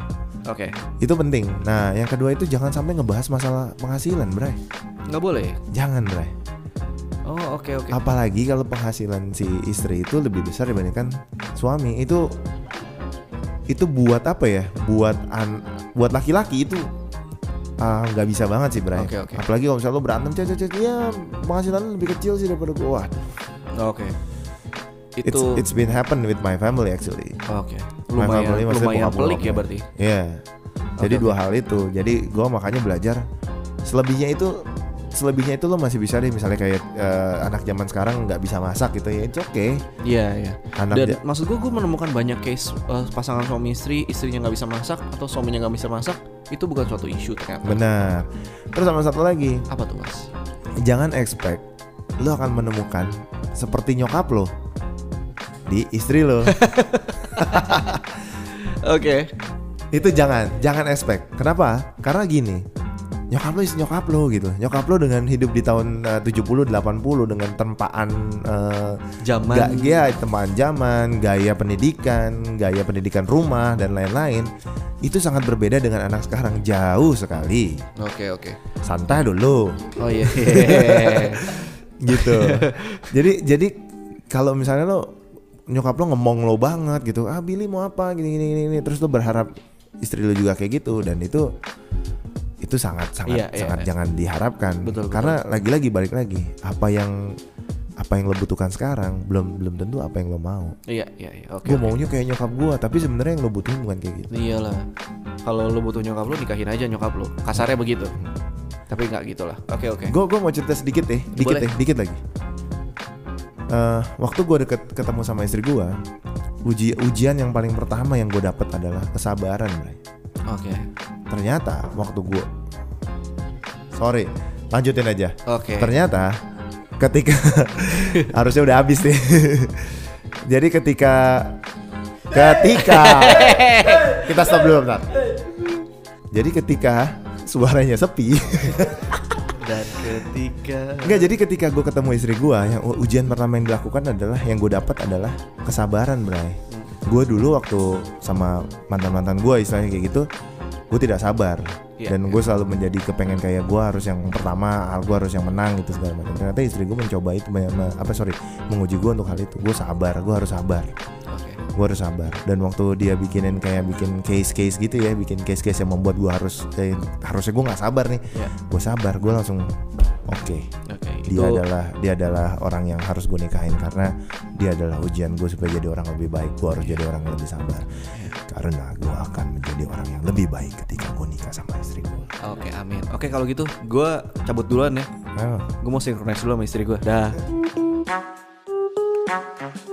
Speaker 1: Oke.
Speaker 2: Itu penting. Nah, yang kedua itu jangan sampai ngebahas masalah penghasilan, Bray.
Speaker 1: Nggak boleh.
Speaker 2: Jangan, Bray.
Speaker 1: Oh, oke, oke.
Speaker 2: Apalagi kalau penghasilan si istri itu lebih besar dibandingkan suami. Itu itu buat apa ya? Buat an, buat laki-laki itu ah, nggak bisa banget sih Brian.
Speaker 1: Oke, oke.
Speaker 2: Apalagi kalau misalnya lo berantem, cet cet cet, ya penghasilan lebih kecil sih daripada gua. Waduh,
Speaker 1: Oke.
Speaker 2: it's,
Speaker 1: Itu
Speaker 2: it's been happen with my family actually.
Speaker 1: Oke.
Speaker 2: My
Speaker 1: Lumayan
Speaker 2: family maksudnya
Speaker 1: lumayan
Speaker 2: bokap-bokap
Speaker 1: pelik ya
Speaker 2: gue.
Speaker 1: berarti.
Speaker 2: Iya. Jadi
Speaker 1: Oke,
Speaker 2: dua hal itu. Jadi gua makanya belajar selebihnya itu selebihnya itu lo masih bisa deh misalnya kayak eh, anak zaman sekarang nggak bisa masak gitu ya itu oke
Speaker 1: Iya, iya.
Speaker 2: Anak
Speaker 1: Dan
Speaker 2: ja-
Speaker 1: maksud gue, gue menemukan banyak case eh, pasangan suami istri, istrinya nggak bisa masak atau suaminya nggak bisa masak, itu bukan suatu isu ternyata.
Speaker 2: Benar. Terus sama satu lagi,
Speaker 1: Apa tuh mas?
Speaker 2: jangan expect lo akan menemukan seperti nyokap lo di istri lo.
Speaker 1: Oke.
Speaker 2: Itu jangan, jangan expect. Kenapa? Karena gini, nyokap lo is nyokap lo gitu. Nyokap lo dengan hidup di tahun eh, 70 80 dengan tempaan eh,
Speaker 1: Zaman.
Speaker 2: ga- ya tempaan zaman, gaya pendidikan, gaya pendidikan rumah dan lain-lain. Itu sangat berbeda dengan anak sekarang jauh sekali.
Speaker 1: Oke, oke.
Speaker 2: Santai dulu.
Speaker 1: Oh iya.
Speaker 2: gitu jadi jadi kalau misalnya lo nyokap lo ngomong lo banget gitu ah Billy mau apa gini gini gini, gini. terus lo berharap istri lo juga kayak gitu dan itu itu sangat
Speaker 1: Iya,
Speaker 2: sangat
Speaker 1: iya,
Speaker 2: sangat
Speaker 1: iya.
Speaker 2: jangan diharapkan
Speaker 1: Betul,
Speaker 2: karena lagi-lagi balik lagi apa yang apa yang lo butuhkan sekarang belum belum tentu apa yang lo mau
Speaker 1: Iya, iya, iya. Oke.
Speaker 2: gue maunya kayak nyokap gue tapi sebenarnya yang lo butuhin bukan kayak gitu
Speaker 1: Iyalah. Kalau lu butuh nyokap lu nikahin aja nyokap lu. Kasarnya begitu. Tapi nggak gitulah. Oke, oke.
Speaker 2: Gue gue mau cerita sedikit deh, dikit
Speaker 1: Boleh.
Speaker 2: deh, dikit lagi. Eh, waktu gue deket ketemu sama istri gue, uji, ujian yang paling pertama yang gue dapet adalah kesabaran, Bray.
Speaker 1: Oke.
Speaker 2: Ternyata waktu gue, sorry, lanjutin aja.
Speaker 1: Oke.
Speaker 2: Ternyata ketika harusnya udah habis nih. Jadi ketika ketika kita stop dulu bentar. Jadi ketika suaranya sepi.
Speaker 1: Dan ketika
Speaker 2: Enggak, jadi ketika gue ketemu istri gue, yang u- ujian pertama yang dilakukan adalah yang gue dapat adalah kesabaran, Bray. Gue dulu waktu sama mantan mantan gue, istilahnya kayak gitu, gue tidak sabar.
Speaker 1: Iya,
Speaker 2: Dan gue selalu menjadi kepengen kayak gue harus yang pertama, hal gue harus yang menang gitu segala macam. Ternyata istri gue mencoba itu, me- me- apa sorry, menguji gue untuk hal itu. Gue sabar, gue harus sabar
Speaker 1: Oke.
Speaker 2: gue harus sabar dan waktu dia bikinin kayak bikin case-case gitu ya bikin case-case yang membuat gue harus kayak harusnya gue nggak sabar nih
Speaker 1: Iya.
Speaker 2: gue sabar gue langsung oke
Speaker 1: Oke. gitu.
Speaker 2: dia
Speaker 1: itu-
Speaker 2: adalah dia adalah orang yang harus gue nikahin karena dia adalah ujian gue supaya jadi orang lebih baik gue harus jadi orang yang lebih sabar karena gue akan menjadi orang yang lebih baik ketika gue nikah sama istri gue
Speaker 1: Oke, amin. Oke, kalau gitu gue cabut duluan ya.
Speaker 2: oh.
Speaker 1: Gue mau synchronize dulu sama istri gue. Dah.